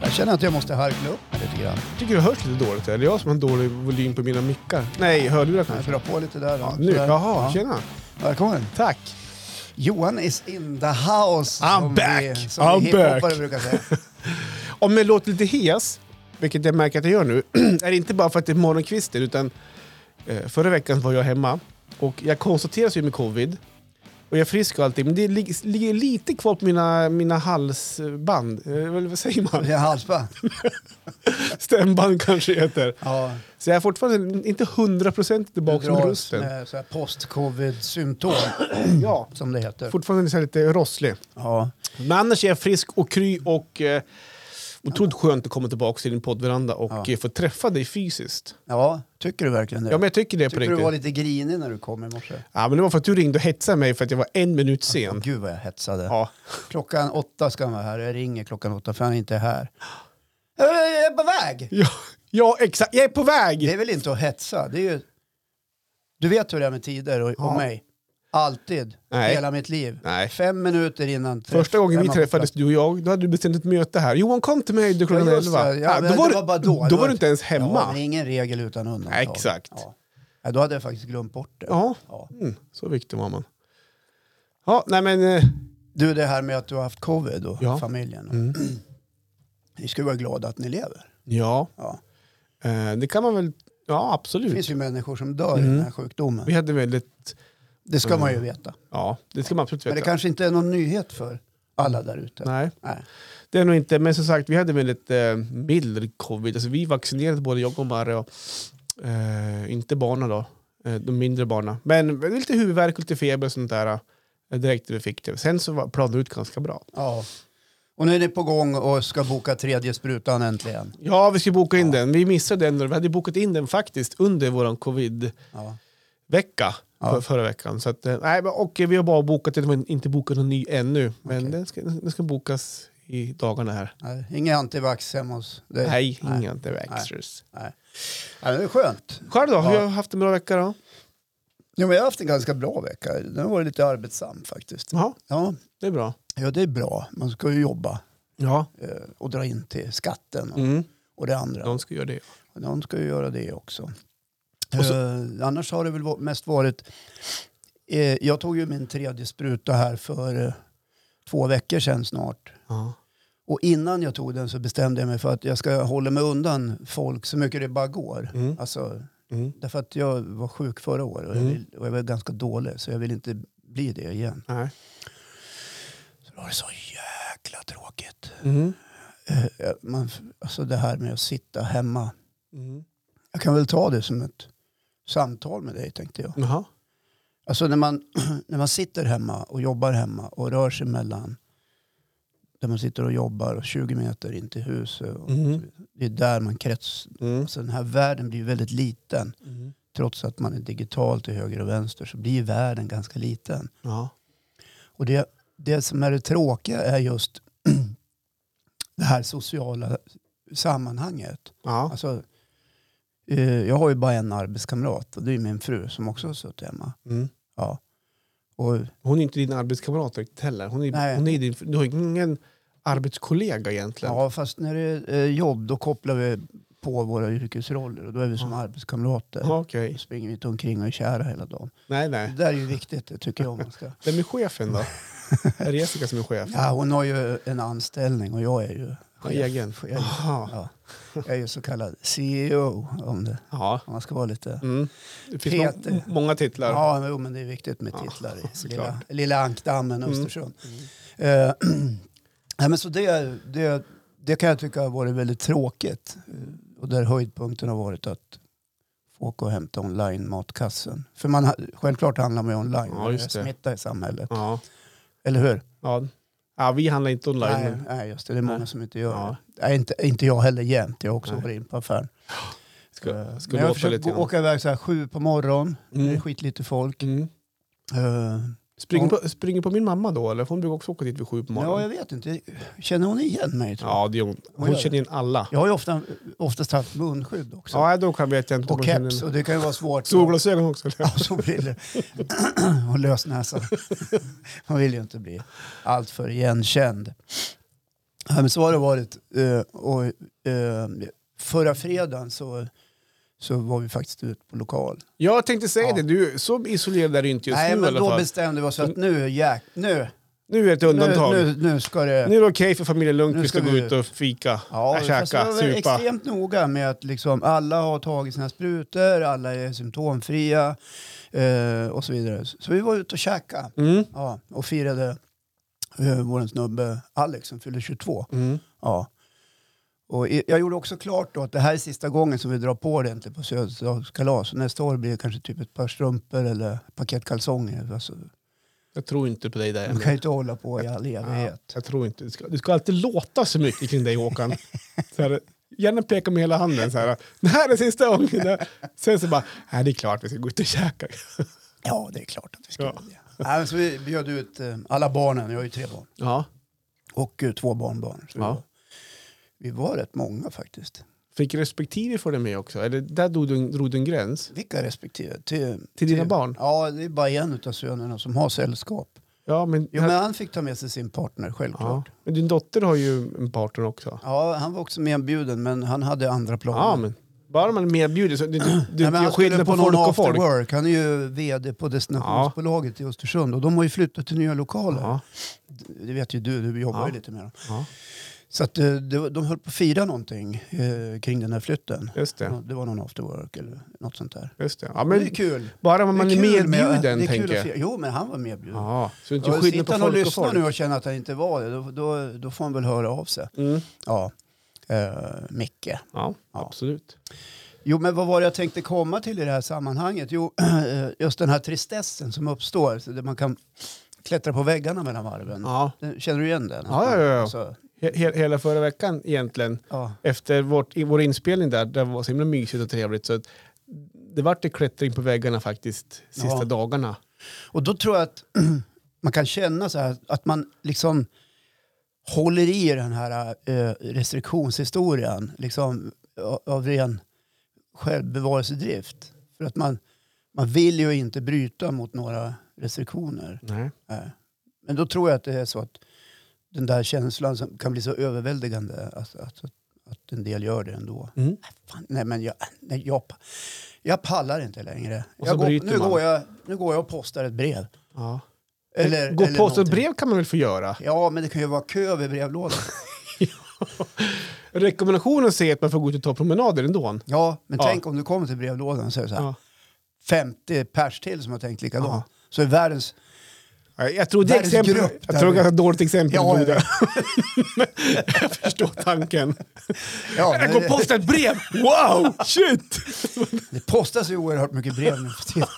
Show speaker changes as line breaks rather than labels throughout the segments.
Jag känner att jag måste harkla upp mig lite grann.
Jag tycker det hörs lite dåligt. Eller jag som har dålig volym på mina mickar. Nej, hörlurar
Jag
kanske.
drar på lite där. då.
Ja, nu.
Sådär.
Jaha,
Ja.
tjena.
Välkommen.
Tack.
Johan is in the house.
I'm
som
back.
Vi, som
I'm
vi hiphoppare
back.
brukar säga.
Om jag låter lite hes, vilket jag märker att jag gör nu, är det inte bara för att det är morgonkvisten utan eh, förra veckan var jag hemma och jag konstateras ju med covid och jag är frisk och allting men det lig- ligger lite kvar på mina, mina halsband, eh, vad vad säger man?
Det är halsband.
Stämband kanske heter.
Ja,
Så jag är fortfarande inte 100%
du
tillbaka med
dras
rösten.
med så här post-covid-symptom,
Ja,
som det heter.
fortfarande så här lite rosslig.
Ja.
Men annars är jag frisk och kry och eh, otroligt skönt att komma tillbaka till din poddveranda och
Ja.
eh, få träffa dig fysiskt.
ja, tycker du verkligen det?
Ja men jag tycker det på
Tyckte du
riktigt.
var lite grinig när du kom i morse?
Ja, men det var för att du ringde och hetsade mig för att jag var en minut
Åh,
sen.
Gud vad jag hetsade.
Ja.
Klockan åtta ska han vara här. Jag ringer klockan åtta för han är inte här. Jag är på väg!
Ja, ja, exakt. Jag är på
Det
väg!
är väl inte att hetsa? Det är ju... Du vet hur det är med tider och, och
Ja.
mig. Alltid.
Nej.
Hela mitt liv.
Nej.
Fem minuter innan träff.
Första gången vi
hemma på
träffades,
plats.
du och jag, då hade du bestämt ett möte här. Johan kom till mig då klockan
Ja, just det.
11.
Ja,
Ja,
men
Ah, då, var,
det var
du-
bara då. Det
då
var-
var du inte ens
Ja, men
hemma.
ingen regel utan undantag.
Nej, exakt.
Ja. Ja, då hade jag faktiskt glömt bort det.
Ja,
Ja.
mm, så viktig var man. Ja, nej men... eh,
Du, det här med att du har haft covid och
Ja.
familjen.
Mm.
Ni ska ju vara glada att ni lever.
Ja,
Ja.
eh, det kan man väl... Ja,
Det
absolut.
finns ju människor som dör i
Mm.
den här sjukdomen.
Vi hade väldigt...
Det ska man ju veta.
Ja, det ska man absolut
Men det
veta.
kanske inte är någon nyhet för alla där ute.
Nej,
Nej.
det är nog inte. Men som sagt, vi hade väldigt eh, mild covid. Alltså, vi vaccinerade både jag och Marre. Och, eh, inte barnen då, eh, de mindre barnen. Men lite huvudvärk och lite feber och sånt där. Eh, direkt när vi fick det. Sen så var- planade det ut ganska bra.
Ja. Och nu är ni på gång och ska boka tredje sprutan äntligen.
Ja, vi skulle boka in den. Vi missade den. Vi hade bokat in den faktiskt under vår covid-vecka
Ja. Ja.
för, förra veckan. Så att, eh, nej, men- och vi har bara bokat den, men inte bokat någon ny ännu. Men
Okej.
den, ska, den ska bokas i dagarna här.
Nej, Inga antivax hemma hos dig.
Nej,
Eh, Nej.
inga antivaxxers.
Nej. Nej, det är skönt.
Själv då?
Ja.
Hur har du haft en bra vecka då?
Jo, men jag har haft en ganska bra vecka. Den har varit lite arbetsam faktiskt.
Jaha,
Ja,
det är bra.
ja det är bra. Man ska ju jobba
Ja.
eh, och dra in till skatten och,
Mm.
och det andra.
Någon ska göra det.
Någon ska ju göra det också.
Och så-
Eh, annars har det väl va- mest varit... Eh, jag tog ju min tredje spruta här för eh, två veckor sedan snart.
Ja.
Och innan jag tog den så bestämde jag mig för att jag ska hålla mig undan folk så mycket det bara går.
Mm.
Alltså,
Mm.
därför att jag var sjuk förra året och, jag
Mm.
vill, och jag var ganska dålig så jag vill inte bli det igen.
Nej.
Så det var så jäkla tråkigt.
Mm.
Eh, eh, man, alltså det här med att sitta hemma.
Mm.
Jag kan väl ta det som ett samtal med dig tänkte jag.
Jaha.
Alltså när man, när man sitter hemma och jobbar hemma och rör sig mellan där man sitter och jobbar och 20 meter in till huset. Och
Mm.
Det är där man krets...
Mm.
Alltså den här världen blir ju väldigt liten.
Mm.
Trots att man är digital till höger och vänster så blir världen ganska liten.
Ja.
Och det, det som är det tråkiga är just det här sociala sammanhanget.
Ja.
Alltså, eh, jag har ju bara en arbetskamrat och det är min fru som också har suttit hemma.
Mm.
Ja. Och,
Hon är inte din arbetskamrat riktigt heller. Hon är,
Nej.
hon är din, du har ingen arbetskollega egentligen.
ja, fast när det är eh, jobb då kopplar vi på våra yrkesroller och då är vi som arbetskamrater.
Ja, Okej.
Då springer vi inte omkring och är kära hela dagen.
Nej,
Det
nej.
där är ju viktigt, det tycker jag. Man ska.
Vem är chefen då? är det Jessica som är chef?
Ja, hon har ju en anställning och jag är ju chef.
Egen.
Chef.
Jaha.
Ja. Jag är ju så kallad CEO om det.
Ja.
om Man ska vara lite...
Mm. Det finns
Peter.
må- många titlar.
Ja, jo, men det är viktigt med
Ja,
titlar i
såklart.
lilla, lilla ankdammen
Mm.
Östersund.
Mm.
Eh, nej, men så det, det, det kan jag tycka har varit väldigt tråkigt. Eh, Och där höjdpunkten har varit att få åka och hämta online matkassen. För man, ha- självklart handlar man ju online
Ja,
när det. är
just det.
smitta i samhället.
Ja.
Eller hur?
Ja. ja, vi handlar inte online.
nej,
men
nej, just det. Det är många
Nej.
som inte gör
Ja.
det. Nej, inte, inte jag heller jämt. Jag har också
Nej.
varit in på affären. Eh,
Ska, ska
men jag har
låta
försökt
lite
gå,
grann.
åka iväg så här sju på morgonen. Det är
Mm.
skitlite folk.
Mm.
Eh,
Springer,
Ja.
på, springer på min mamma då? Eller? För Hon brukar också åka dit vid sju på
ja,
morgonen.
jag vet inte. Känner hon igen mig? Tror jag?
Ja, det gör hon.
Hon gör
Hon
det.
känner in alla.
jag har ju ofta, oftast haft munskydd också.
Ja, då kan vet jag inte. om
Och
hon känner in-
keps, och det kan ju vara svårt.
Solglasögon också?
Ja,
Eller?
solbrillor. och lösnäsa. Man vill ju inte bli alltför igenkänd. Ja, men så har det varit. Eh, och, eh, förra fredagen så, så var vi faktiskt ute på lokal.
Jag tänkte säga
Ja.
det, du, så isolerad är du inte just
Nej,
nu
men
i alla
då
fall.
bestämde vi oss att nu, jäk, nu,
Nu är ett
nu,
undantag. Nu,
nu, nu ska det...
är det okej för familjen
Nu
Lundqvist
ska
att gå
vi-
ut och fika,
Ja,
äh,
fast jag
käka,
var väl
supa.
extremt noga med att liksom alla har tagit sina sprutor, alla är symptomfria eh, och så vidare. Så vi var ute och käkade
Mm.
ja, och firade eh, vår snubbe Alex som fyllde 22.
Mm.
Ja. Och i- jag gjorde också klart då att det här är sista gången som vi drar på det inte på födelsedagskalas. Så Nästa år blir det kanske typ ett par strumpor eller ett paket kalsonger. Alltså,
Jag tror inte på dig där.
man
Emil.
kan ju inte hålla på i all evighet.
Jag tror inte. Du ska, du ska alltid låta så mycket kring dig Håkan. Så här, gärna peka med hela handen så här. Det här är sista gången. Sen så bara, nej det är klart vi ska gå ut och käka.
Ja, det är klart att vi ska
Ja.
göra det. Nej, men så vi bjöd ut eh, alla barnen, jag har ju tre barn,
Ja.
och eh, två barnbarn. Så
Ja.
Vi var rätt många faktiskt.
Fick respektive följa med också? Eller där drog du, en- drog du en gräns?
Vilka respektive? Till,
Till dina barn?
Ja, det är bara en av sönerna som har sällskap.
Ja, men,
Jo, men han fick ta med sig sin partner,
ja.
självklart. Ja.
men din dotter har ju en partner också.
han var också medbjuden, men han hade andra planer.
Ja, men bara man medbjuder så du, du, du
Nej, men
gör
han skulle
skillnad
på
på
någon
folk och
after
folk.
work. Han är ju vd på destinationsbolaget i Östersund och de har ju flyttat till nya lokaler.
Ja,
Det vet ju du, du jobbar ju
Ja.
lite med dem.
ja,
Så att, eh, det var- de höll på att fira någonting eh, kring den här flytten.
just
Ja,
det.
Det var någon after work eller något sånt där.
Just det. Ja,
Men det är
men,
kul.
bara man
det
är
kul med-
medbjuden
det är kul
tänker
att
jag.
se- Jo, men han var medbjuden. Ja.
Ja, så du inte gör
Ja,
skillnad
sitter
på
han och
folk och
lyssnar nu
folk.
och känner att han inte var det, då, då, då får han väl höra av sig.
Mm.
Ja. Eh, Micke.
Ja,
Ja.
absolut.
Jo, men vad var det jag tänkte komma till i det här sammanhanget? Jo, eh, just den här tristessen som uppstår, så där man kan klättra på väggarna mellan varven.
Ja.
Den- Känner du igen den?
Ja, ja, ja, ja.
Alltså,
He- he- hela förra veckan egentligen,
ja.
efter vårt, i vår inspelning där, det var så himla mysigt och trevligt. Så att det vart det klättring på väggarna faktiskt sista
Ja.
dagarna.
Och då tror jag att man kan känna så här, att man liksom håller i den här eh, restriktionshistorien liksom, av- av ren självbevarelsedrift. För att man, man vill ju inte bryta mot några restriktioner.
Nej.
Nej. Eh, Men då tror jag att det är så att den där känslan som kan bli så överväldigande att, att, att, att en del gör det ändå.
Mm.
Nej, fan, nej men jag, nej, jag, pa- jag pallar inte längre.
Och så
Jag går,
bryter
nu,
man.
går jag, nu går jag och postar ett brev.
Ja.
Eller,
Gå
eller
på så
någonting.
brev kan man väl få göra?
Ja, men det kan ju vara kö vid brevlådan.
Rekommendationen säger att man får gå ut och ta promenader ändå.
Ja, men
Ja.
tänk om du kommer till brevlådan och säger så här,
Ja.
50 pers till som har tänkt likadant.
Ja.
Så är världens...
Ja, Jag tror det är
Världens
exempel,
grupp
jag
där
tror det
vi-
är ett dåligt exempel.
Ja,
Ja,
jag
jag, jag förstår tanken.
Ja,
Jag
men
går och
det,
postar ett brev! Wow! Shit!
det postas ju oerhört mycket brev nu för tiden.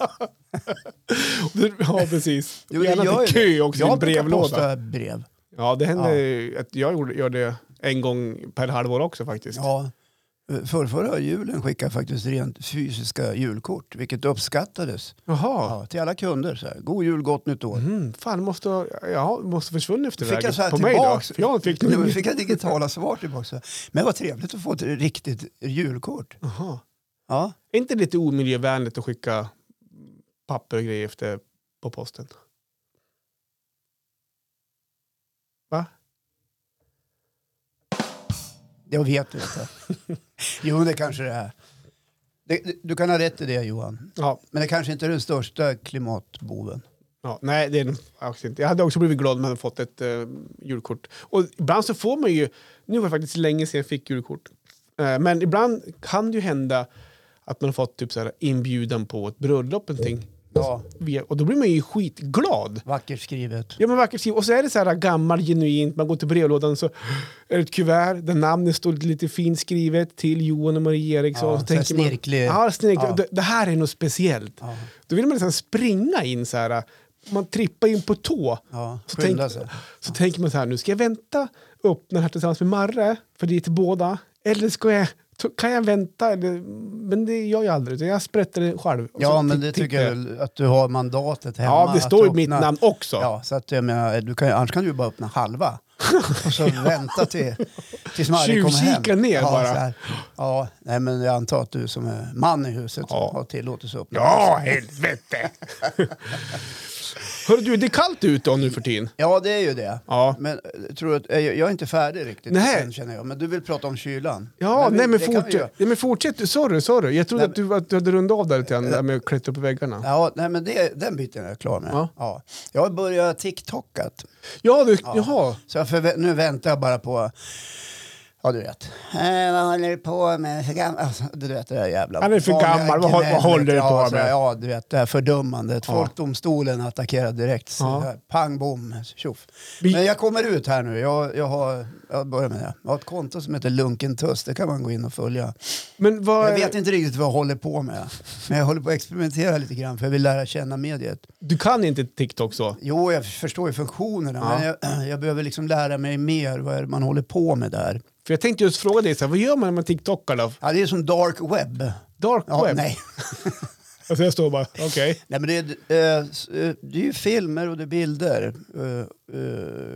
Ja, precis.
Jo, det
Gärna
gör
till
ju det.
kö också i en
Jag brukar
brevlåda.
posta brev.
Ja, det hände att jag gjorde, gör det en gång per halvår också faktiskt.
Ja, för förra julen skickade jag faktiskt rent fysiska julkort, vilket uppskattades.
Jaha.
Ja, till alla kunder. Så här. God jul, gott nytt år.
Mm, fan, måste ha ja, måste försvunnit efter
Fick
vägen.
jag så här
På mig då?
tillbaks?
För jag fick
Ja, men
nu.
fick jag digitala svar tillbaka. Men vad trevligt att få ett riktigt julkort.
Jaha.
Ja.
Är inte det lite omiljövänligt att skicka papper och grejer efter på posten? Va?
Jag vet inte. jo, det kanske det är. Det, det- du kan ha rätt i det Johan.
Ja,
Men det kanske inte är den största klimatboven.
ja. Nej, det är nog faktiskt inte. Jag hade också blivit glad om jag hade fått ett eh, julkort. Och ibland så får man ju... Nu var det faktiskt länge sedan jag fick julkort. Eh, men ibland kan det ju hända att man har fått typ så här inbjudan på ett bröllop eller någonting.
Ja,
via- Och då blir man ju skitglad.
vackert skrivet.
Ja men vackert skrivet. Och så är det så här gammal, genuint. Man går till brevlådan så är det ett kuvert där namnet står lite fint skrivet till Johan och Marie Eriksson.
Ja,
så
så här
tänker man-
snirklig.
Ja, snirklig.
Ja.
Det, det här är något speciellt.
Ja,
Då vill man nästan springa in så här. Man trippar in på tå.
ja.
Så, tänk,
skynda sig.
så tänker man så här, nu ska jag vänta upp den här tillsammans med Marre, för det är till båda. Eller ska jag, t- kan jag vänta? Eller, men det gör jag aldrig, utan jag sprätter det själv. Och
Ja,
så
men
t-
det
tittar
tycker jag väl att du har mandatet hemma.
Ja, det
att
står ju mitt
öppna-
namn också.
Ja, så att jag menar, du kan, ju- annars kan du ju bara öppna halva. Och så vänta till, tills Marre kommer hem.
Tjuvkika ner
ja,
bara.
så här. Ja, nej, men jag antar att du som är man i huset
Ja.
har tillåtelse att öppna.
Ja, helvete! Hörru du, det är kallt ute nu för tiden.
Ja, det är ju det.
Ja.
Men eh, tror du att, eh, jag jag är inte färdig riktigt
Nej.
än känner jag. Men du vill prata om kylan.
Ja,
vi-
nej men,
det kan vi göra.
fortsätt. Nej, men fortsätt. Sorry, sorry. Jag trodde
Nej,
att, du, att du hade rundat av där lite grann, där med att klättra upp i väggarna.
Ja, nej men det, den biten är jag klar med.
Ja.
Ja. Jag har börjat TikTokat.
Ja, du, jaha.
Så jag förvä- nu väntar jag bara på... Ja, du vet. Eh, vad håller du på med? För gammal? Alltså, du vet det där jävla...
Han är för gammal. Vad hå- vad håller du
Ja,
på
så-
med?
Ja, du vet det här fördömandet.
Ja.
Folkdomstolen attackerar direkt. Så
Ja.
där, pang, bom, tjoff.
Vi-
Men jag kommer ut här nu. Jag, jag, har, jag börjar med det. Jag har ett konto som heter Lunken Tuss. Det kan man gå in och följa.
Men vad...
Jag vet inte riktigt vad jag håller på med. Men jag håller på att experimentera lite grann för jag vill lära känna mediet.
Du kan inte TikTok så?
Jo, jag förstår ju funktionerna,
Ja.
men jag, jag behöver liksom lära mig mer vad är det man håller på med där.
För jag tänkte just fråga dig, så här, vad gör man när man TikTokar då?
Ja, det är som dark web.
Dark
Ja,
web?
nej.
Alltså jag står bara, okej.
nej, men det är, eh, s- eh, det är ju filmer och det är bilder eh,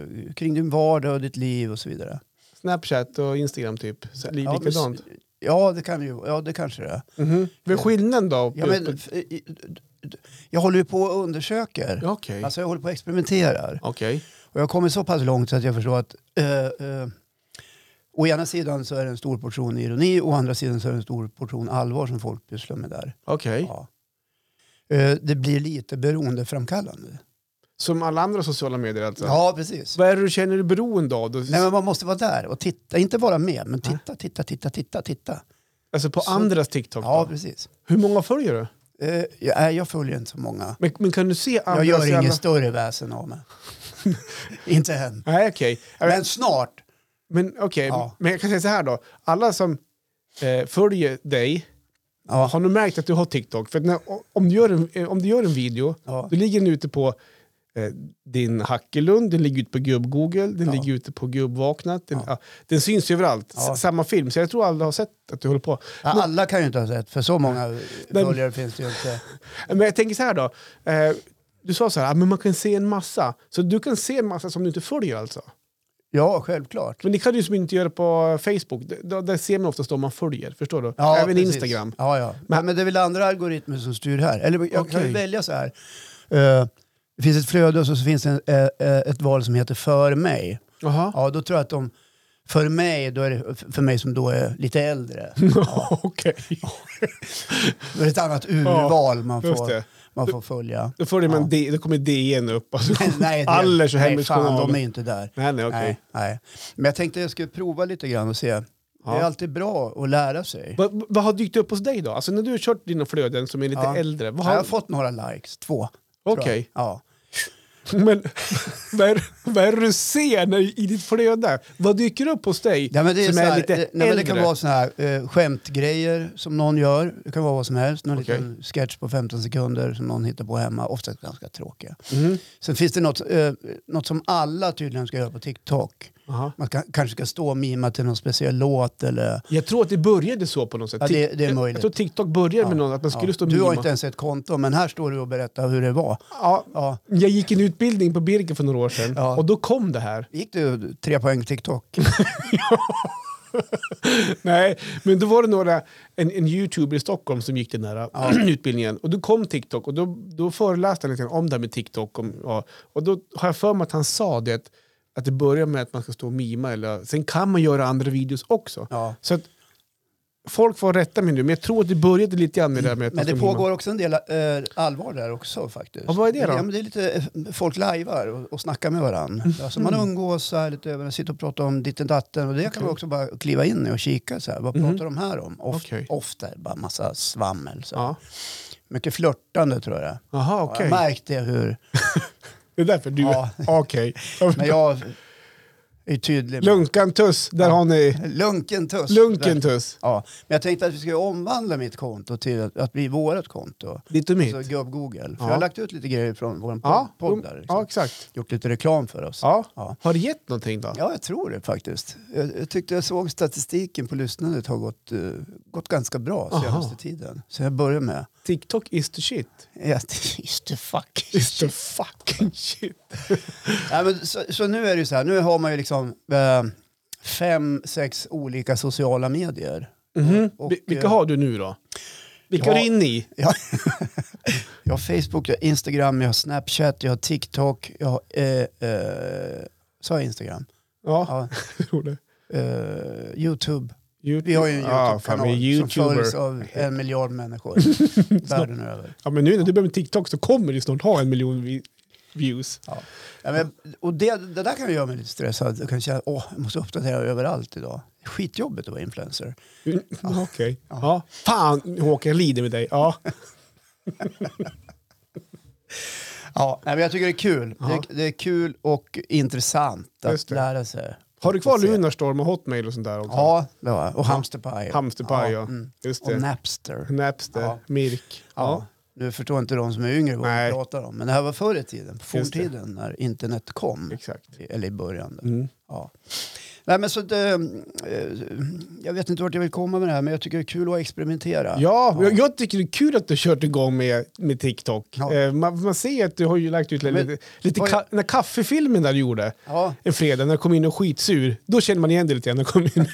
eh, kring din vardag och ditt liv och så vidare.
Snapchat och Instagram typ, så, li-
Ja, men s-
likadant.
Ja, det kan ju, ja, det kanske det är.
Mhm. Vad är skillnaden då?
Ja, men, f- i- d- jag håller ju på och undersöker.
Ja, Okej.
Alltså jag håller på och experimenterar.
Okej.
Och jag har kommit så pass långt så att jag förstår att eh, eh, å ena sidan så är det en stor portion ironi, å andra sidan så är det en stor portion allvar som folk pysslar med där.
Okej.
Ja. Eh, det blir lite beroendeframkallande.
Som alla andra sociala medier alltså?
Ja, precis.
Vad är det du känner dig beroende av då?
Nej, men man måste vara där och titta, inte bara med, men titta, titta, titta, titta, titta.
Alltså på
Så-
andras TikTok?
Ja,
då?
precis.
Hur många följer du?
Eh, jag, nej, jag följer inte så många.
Men, men kan du se andras
Jag gör
jävla-
ingen större väsen av mig. inte än.
Nej, okej.
Men snart.
Men okej,
Ja.
men jag kan säga så här då. Alla som eh, följer dig,
Ja,
har du märkt att du har TikTok? För att när, om, du gör en, eh, om du gör en video,
ja.
då ligger den ute på eh, din Hackelund, den ligger ute på gubb-Google, den
Ja.
ligger ute på gubb-Vaknat. Den,
Ja.
ja, den syns överallt, S-
Ja.
samma film. Så jag tror alla har sett att du håller på.
Ja, Alla kan ju inte ha sett, för så många följare finns det ju inte.
Men jag tänker så här då. Eh, du sa så här, ah, men man kan se en massa. Så du kan se en massa som du inte följer alltså?
Ja, självklart.
Men det kan du ju som inte göra på Facebook. D- Där, där ser man oftast om man följer, förstår du?
Ja,
Även
precis.
Instagram.
Ja, ja. Men,
Men-
men det är väl andra algoritmer som styr här. Eller jag kan
Okej.
ju välja så här. Eh, det finns ett flöde och så finns det en, eh, eh, ett val som heter för mig.
Jaha.
Ja, då tror jag att de, för mig, då är det f- för mig som då är lite äldre.
Okej,
Då är det ett annat urval man
just
får,
det.
man får följa.
Då, följer
Ja.
man D, då kommer DN upp. Alltså,
Nej, det-
Allers och
nej
Hemmets
fan, de är
Journal.
ju inte där.
Nej, nej, okej.
Nej, nej. Men jag tänkte jag skulle prova lite grann och se. Det
Ja.
är alltid bra att lära sig.
Vad, vad har dykt upp hos dig då? Alltså när du har kört dina flöden som är lite
Ja.
äldre. Vad
Jag har
har...
fått några likes, två. tror jag.
Okej,
Ja.
men vad är, vad är det du ser när, i ditt flöde? Vad dyker upp hos dig
Ja, men det, är
som
så
är
här,
lite
eh, nej, men det
äldre?
kan vara såna här eh, skämtgrejer som någon gör. Det kan vara vad som helst. Någon
Okej.
liten sketch på 15 sekunder som någon hittar på hemma. Oftast ganska tråkiga.
Mhm.
Sen finns det något, eh, något som alla tydligen ska göra på TikTok.
Jaha.
Man kan, kanske ska stå och mima till någon speciell låt eller...
Jag tror att det började så på något sätt.
Ja, det- det är
Tik- jag-
möjligt.
Jag tror TikTok började med
Ja,
något, att man skulle
ja.
stå och
Du har
mima.
inte ens ett konto, men här står du och berättar hur det var.
Ja,
Ja.
jag gick en utbildning på Birken för några år sedan
Ja.
och då kom det här.
Gick du tre poäng TikTok?
Nej, men då var det några, en, en youtuber i Stockholm som gick den här utbildningen. Och då kom TikTok och då, då föreläste han lite grann om det här med TikTok. Om, ja. Och då har jag för mig att han sa det, att- att det börjar med att man ska stå och mima. Eller, sen kan man göra andra videos också.
Ja.
Så att, folk får rätta mig nu, men jag tror att det började lite grann med det där med att man
Men det
ska mima.
pågår också en del eh, allvar där också faktiskt.
Ja, vad är det då?
Ja, men det är lite, eh, folk lajvar och, och snackar med varandra.
Mm.
Alltså man umgås så här lite, man sitter och pratar om ditten datten och det kan man också bara kliva in i och kika så här. Vad pratar de här om? Of,
Mm. Okej.
Ofta är det bara massa svammel. Så. här.
Ja.
Mycket flörtande tror jag.
Jaha,
Ja,
okej.
Jag märkte hur,
Det är därför du...
Ja.
Okej.
men jag är tydlig. med-
Lunkan Tuss, där
Ja.
har ni...
Lunken tuss.
Lunken Tuss.
Ja, men jag tänkte att vi skulle omvandla mitt konto till att, att bli vårt konto.
Ditt och mitt.
Så gubb-Google. För
Ja.
jag har lagt ut lite grejer från vår
Ja,
podd
jo,
där. Liksom.
ja, exakt.
gjort lite reklam för oss.
Ja.
Ja.
Har det gett någonting då?
Ja, jag tror det faktiskt. Jag, jag tyckte jag såg statistiken på lyssnandet har gått, eh, gått ganska bra
Aha.
senaste tiden. Så jag börjar med...
TikTok is the shit.
Ja, Just the fuck.
Is the fucking shit.
Ja, men, så, så nu är det ju så här, nu har man ju liksom eh, fem, sex olika sociala medier.
Mhm.
Och,
Vi- Vilka
eh,
har du nu då? Vilka
Ja.
är du inne i?
Jag har Facebook, jag har Instagram, jag har Snapchat, jag har TikTok, jag har... Eh, eh, sa jag Instagram?
Ja,
Ja,
jag tror det.
eh, Youtube.
YouTube.
Vi har ju en
Ja, Ah, fan, vi är
YouTube-kanal som
YouTuber.
följs av en miljard människor världen över.
Ja, men nu när du börjar med TikTok så kommer du snart ha en miljon vi- views.
Ja, men, och det, det där kan göra mig lite stressad. Jag kan känna åh, jag måste uppdatera överallt idag. Skitjobbigt att vara influencer.
Mm, Okej. Ja. Fan, Håkan, jag lider med dig. Ja.
Ja, nej, men jag tycker det är kul.
Ja.
Det, det är kul och intressant
Just
att
det.
lära sig.
Har du kvar
Får se.
Lunarstorm och Hotmail och sånt där också?
Ja, det var Och Hamsterpaj.
Hamsterpaj, ja.
mm.
Just
Och
det.
Napster.
Napster,
Ja.
Mirk.
Ja.
Ja.
Nu förstår inte de som är yngre vad vi
Nej.
pratar om. Men det här var förr i tiden, på
Just det.
forntiden, när internet kom.
exakt.
Eller i början. där.
Mm.
Ja. Nej, men så att, eh, eh, jag vet inte vart jag vill komma med det här, men jag tycker det är kul att experimentera.
Ja, jag- jag tycker det är kul att du har kört igång med, med TikTok.
Ja.
Eh, man, man ser att du har ju lagt ut lite,
Men-
lite
Oj.
ka- den där kaffefilmen där du gjorde
Ja,
en fredag när du kom in och skitsur. Då känner man igen dig lite grann. när du Kom in.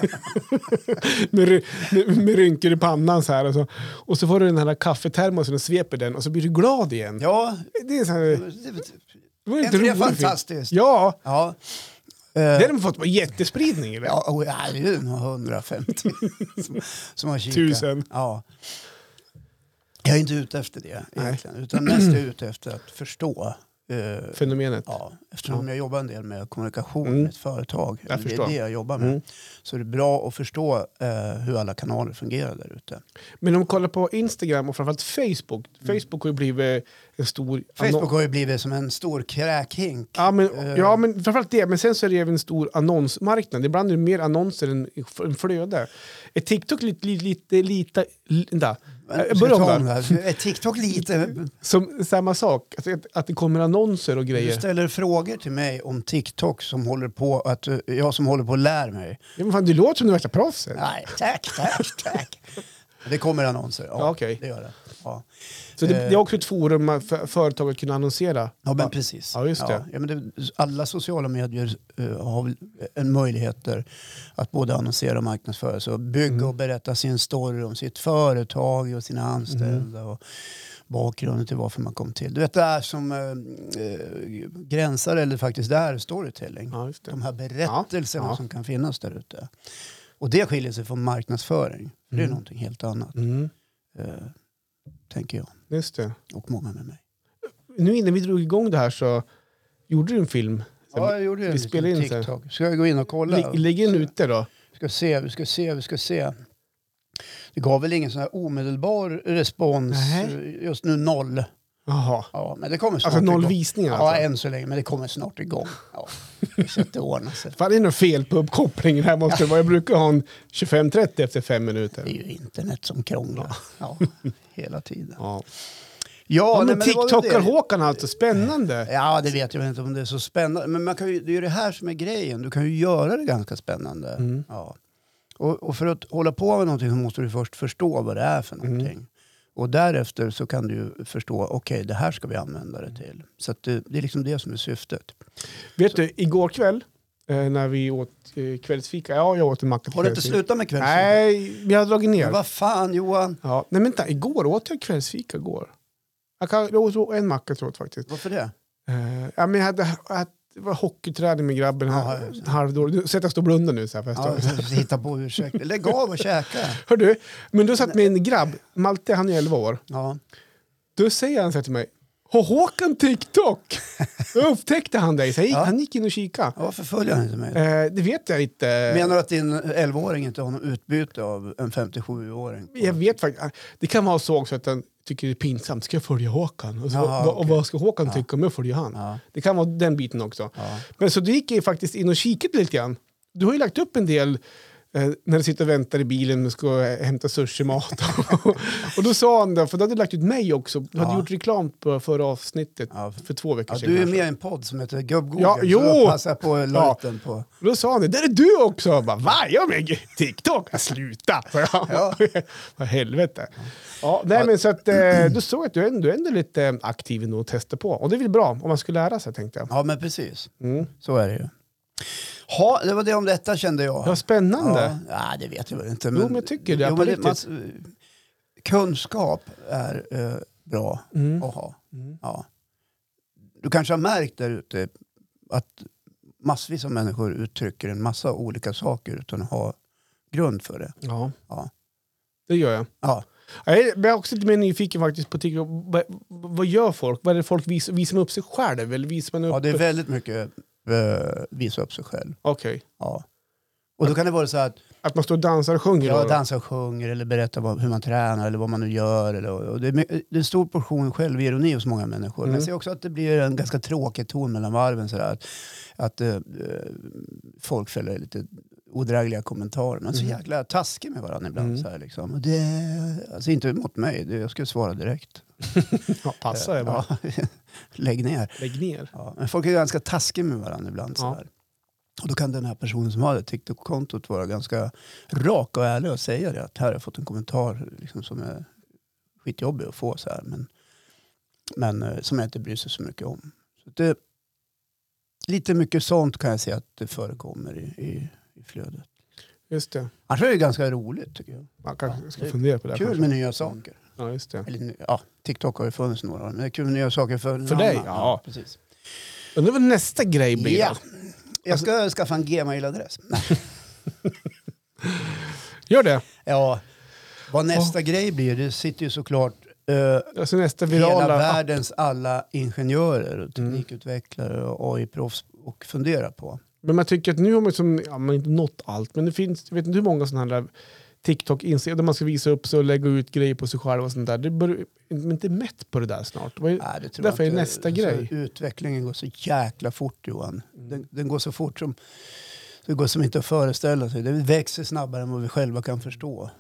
med, ry- med, med rynkor i pannan så här. Och så, och så får du den här kaffetermosen och sveper den och så blir du glad igen.
ja
Det är så här, det var
Är
ju
inte det
inte roligt.
fantastiskt?
Ja,
Ja.
det
Eh,
har de fått jättespridning. Eller?
ja, oh, ja, det är ju nog 150 som, som har kikat.
Tusen.
Ja. Jag är inte ute efter det
Nej.
egentligen, utan mest är jag ute efter att förstå. Eh,
Fenomenet.
ja, eftersom jag jobbar en del med kommunikation
Mm.
med ett företag,
Jag
det är
förstår.
det jag jobbar med,
Mm.
så är det bra att förstå eh, hur alla kanaler fungerar där ute.
Men om man kollar på Instagram och framförallt Facebook. Facebook har ju blivit en stor...
Facebook har ju blivit som en stor kräkhink.
Ja men,
Eh.
ja, men framförallt det. Men sen så är det även en stor annonsmarknad. Ibland är det mer annonser än än flöde. Är TikTok lite... lite, lite, lite li- vänta. Jag börjar
Ta
om
om
eh, där.
det här. Är TikTok lite...
Som, samma sak, att, att, att det kommer annonser och
Du
grejer.
ställer frågor till mig om TikTok som håller på att... eh, Jag som håller på att lära mig.
Ja, men fan, du låter som den värsta proffset.
Nej, tack, tack, tack. Det kommer annonser. Ja,
Ja, okej.
det gör det. Ja,
Så det,
eh.
det är också ett forum man- för företag att kunna annonsera.
ja men precis.
Ja, just det.
Ja, men det. Alla sociala medier eh, har väl en möjligheter att både annonsera och marknadsföra sig och bygga
Mm.
och berätta sin story om sitt företag och sina anställda
Mm.
och bakgrunden till varför man kom till. Du vet det här som eh, eh, gränsar eller faktiskt där storytelling.
Ja, just det.
de här berättelserna
Ja, ja.
som kan finnas där ute. Och det skiljer sig från marknadsföring. Det är någonting helt annat,
Mm,
eh, tänker jag.
just det.
Och många med mig.
Nu innan vi drog igång det här så gjorde du en film.
Ja, jag gjorde
vi
en
spelar
liten
in sen.
TikTok. Ska jag gå in och kolla?
Lä- Lägg in ute då.
Vi ska se, vi ska se, vi ska se. Det gav väl ingen sån här omedelbar respons.
Nej.
Just nu noll.
Jaha.
Ja, men det kommer snart
Alltså noll
igång.
visningar
Ja,
alltså.
än så länge, men det kommer snart igång. Ja. Så att det ordnar sig.
Fan, det är något fel på uppkopplingen här måste det vara. Jag brukar ha en 25-30 efter fem
Det är
minuter.
ju internet som krånglar. Ja, hela tiden. Ja,
Ja. Ja,
nej,
men
men det var väl det.
TikTokar-Håkan alltså, spännande.
Ja, det vet jag inte om det är så spännande. Men man kan ju, det är ju det här som är grejen. Du kan ju göra det ganska spännande.
Mm.
Ja. Och, och för att hålla på med någonting så måste du först förstå vad det är för
Mm.
någonting. Och därefter så kan du ju förstå, okej det här ska vi använda det till. Så att det, det är liksom det som är syftet.
Vet du, igår kväll eh, när vi åt eh, kvällsfika, ja jag åt en macka på
Har du inte
kvällsfika.
slutat med kvällsfika?
Nej, vi har dragit ner.
Men vad fan Johan,
Ja. Nej men vänta, igår åt jag kvällsfika igår. Jag, kan, jag åt en macka tror jag faktiskt.
varför det?
Eh, ja, men jag hade, jag hade, det var hockeyträning med grabben
Ja,
här, halvdålig. Du, Så att jag står och blundar nu. Så här, för jag står.
Ja, hitta på ursäkter. Lägg av och käka.
Hör du, men då satt min grabb, Malte han är 11 år,
Ja.
då säger han så här till mig, har Håkan TikTok? Då upptäckte han dig, så jag gick,
Ja.
han gick in och kikade.
Ja, Varför följer han inte mig?
Eh, det vet jag inte.
Menar du att din 11-åring inte har något utbyte av en 57-åring?
jag vet faktiskt. ah, Det kan vara så också att han tycker det är pinsamt. Ska jag följa Håkan? Och, så,
Jaha,
vad- och
okej.
vad ska Håkan tycka om jag följer han?
Ja.
Det kan vara den biten också.
Ja.
Men så du gick ju faktiskt in och kikat lite grann. Du har ju lagt upp en del eh, när du sitter och väntar i bilen och ska eh, hämta sushimat. och då sa han det, för då hade du lagt ut mig också. Du hade
Ja.
gjort reklam på förra avsnittet
Ja.
för två veckor
Ja,
sedan.
du är
kanske.
med i en podd som heter Gubb
Ja,
ja,
jo!
så passa på och la
Ja.
ut den på.
Och Då sa han det, där är du också! Jag bara, Va? Jag är med i TikTok? Ja, Sluta!
Ja.
Ja. Vad helvete. Ja, nej, men så att, eh, då såg jag att du ändå, du är ändå lite eh, aktiv ändå och testar på. Och det är väl bra om man skulle lära sig tänkte jag.
Ja, men precis.
Mm.
Så är det ju. Ha, det var det om detta kände jag.
Ja, spännande.
Ja, nej, det vet jag väl inte.
Jo, men jag tycker det,
Jo,
på
men det man,
riktigt.
kunskap är eh, bra
Mm.
att ha.
Mm.
Ja. Du kanske har märkt där ute att massvis av människor uttrycker en massa olika saker utan att ha grund för det.
Ja.
Ja.
det gör jag.
Ja.
Jag är- men jag är också lite mer nyfiken faktiskt på TikTok. Vad, vad gör folk? Vad är det folk visar, visar man upp sig själv? Eller visar man upp...
Ja, det är väldigt mycket eh, visa upp sig själv.
Okej.
Ja. Och då kan det vara så att
Att man står och dansar och sjunger?
jag
då?
dansar och sjunger eller berättar vad, hur man tränar eller vad man nu gör. Eller, och det, är, my- det är en stor portion självironi hos många människor.
Mm.
Men jag ser också att det blir en ganska tråkig ton mellan varven. Sådär, att att eh, eh, folk fäller lite odrägliga kommentarer. Man är så jäkla taskig med varandra ibland.
Mm.
Så här, liksom. Och det, alltså inte mot mig, det, jag skulle svara direkt.
ja, passa er bara.
Ja, lägg ner.
Lägg ner.
Ja, men folk är ganska taskiga med varandra ibland.
Ja.
Sådär. Och då kan den här personen som har det TikTok-kontot vara ganska rak och ärlig och säga det. Att här har jag fått en kommentar liksom, som är skitjobbig att få. Så här, men, men eh, som jag inte bryr sig så mycket om. Så att det, lite mycket sånt kan jag säga att det förekommer i, i, i flödet.
Just det.
Annars är det ganska roligt tycker jag.
Man kanske ska
det är
fundera på det. här
Kul
kanske.
med nya saker.
Ja, just det.
Eller, ny- ja, TikTok har ju funnits några år. Men det är kul med nya saker för, en
För dig?
annan.
Ja.
precis.
Undrar vad nästa grej blir.
Ja. Jag ska skaffa en Gmail-adress. Nej.
Gör det.
Ja, vad nästa grej blir, det sitter ju såklart eh,
Alltså nästa virala... Mm.
hela världens alla ingenjörer och teknikutvecklare och AI-proffs och fundera på.
Men man tycker att nu har man liksom, ja, man har inte nått allt, men det finns, jag vet inte hur många sådana här tiktok inser där man ska visa upp sig och lägga ut grejer på sig själv och sånt där. Det bör, man är inte mätt på det där snart. Vad är-
Nej, det tror
Därför
jag
är
inte.
nästa
Så
grej. Mm.
Utvecklingen går så jäkla fort Johan. Den, den går så fort som det går som inte att föreställa sig. Det växer snabbare än vad vi själva kan förstå.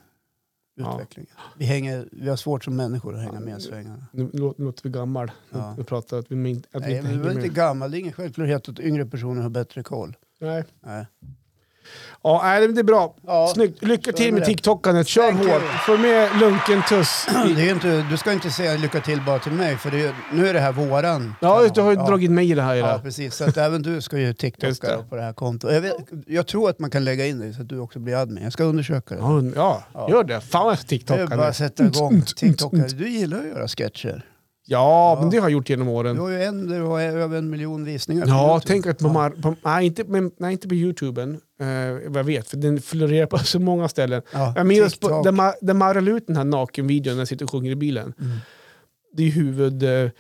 Ja.
Utvecklingen. Vi, hänger, vi har svårt som människor att hänga med i svängarna.
Nu lå- nu låter vi gammal.
Ja.
Nu pratar att vi, min- att vi
Nej,
inte
men vi är
hänger
inte
med.
gammal. Det är ingen självklarhet att yngre personer har bättre koll.
Nej.
Nej.
Ja, nej, men det är bra.
Ja.
Snyggt. Lycka
så är
till
det
med
det.
TikTokandet. Kör
Thank you.
hårt. Få med lunken tuss.
Det är inte, du ska inte säga lycka till bara till mig, för det, är- nu är det här våran.
Ja,
kanal.
du har ju dragit mig i det här. i det
Ja,
här.
precis. Så att även du ska ju
Just
TikToka
det.
på det här kontot. Jag, vet, jag tror att man kan lägga in dig så att du också blir admin. Jag ska undersöka det.
Ja, ja,
Ja.
gör det. Fan vad
det är bara
TikTokande.
att sätta igång.
Unt, unt,
TikTokare.
unt.
Du gillar att göra sketcher.
Ja,
Ja.
men det har jag gjort genom
Du
åren.
har ju en, du har över en miljon visningar. på
Ja,
YouTube.
tänk att på,
Ja.
mar- på, nej, inte, men, nej, inte på Youtuben, eh, vad jag vet, för den florerar på så många ställen.
Ja,
Jag minns på,
TikTok.
där, ma- där Mara la ut den här nakenvideon när jag sitter och sjunger i bilen.
Mm.
Det är huvud, eh,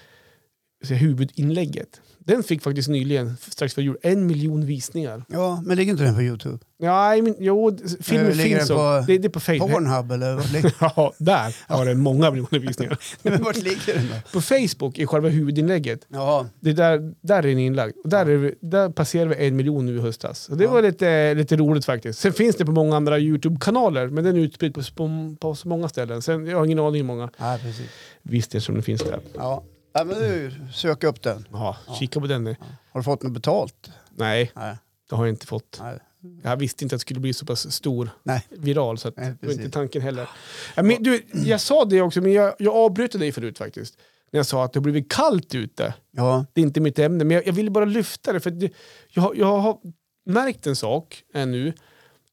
så här, huvudinlägget. Den fick faktiskt nyligen, strax före jul, en miljon visningar.
Ja, men ligger inte den på YouTube?
Ja, I mean, jo, d- filmen
Eh, ligger
finns
den
på,
på
det, det är på Facebook.
Pornhub eller vad ligger
Ja, där har den många miljoner visningar.
Men vart ligger den då?
På Facebook är själva huvudinlägget.
Ja,
Det är där, där är den inlagd. Och där, är vi, där passerar vi en miljon nu i höstas. Så det
Ja.
var lite, lite roligt faktiskt. Sen finns det på många andra YouTube-kanaler, men den är utspridd på, på, på så många ställen. Sen, jag har ingen aning hur många
ja precis.
visst som det finns där.
Ja. ja, men du, sök upp den.
Ja, kika på den nu.
Har du fått något betalt?
Nej,
Nej.
det har jag inte fått.
Nej.
Jag visste inte att det skulle bli så pass stor
Nej.
viral, så att
Nej,
det var inte
precis.
tanken heller. Ja, Men, du, jag sa det också, men jag, jag avbröt dig förut faktiskt. När jag sa att det har blivit kallt ute.
Ja.
det är inte mitt ämne, men jag, jag ville bara lyfta det. för att det, jag, har- jag har märkt en sak ännu.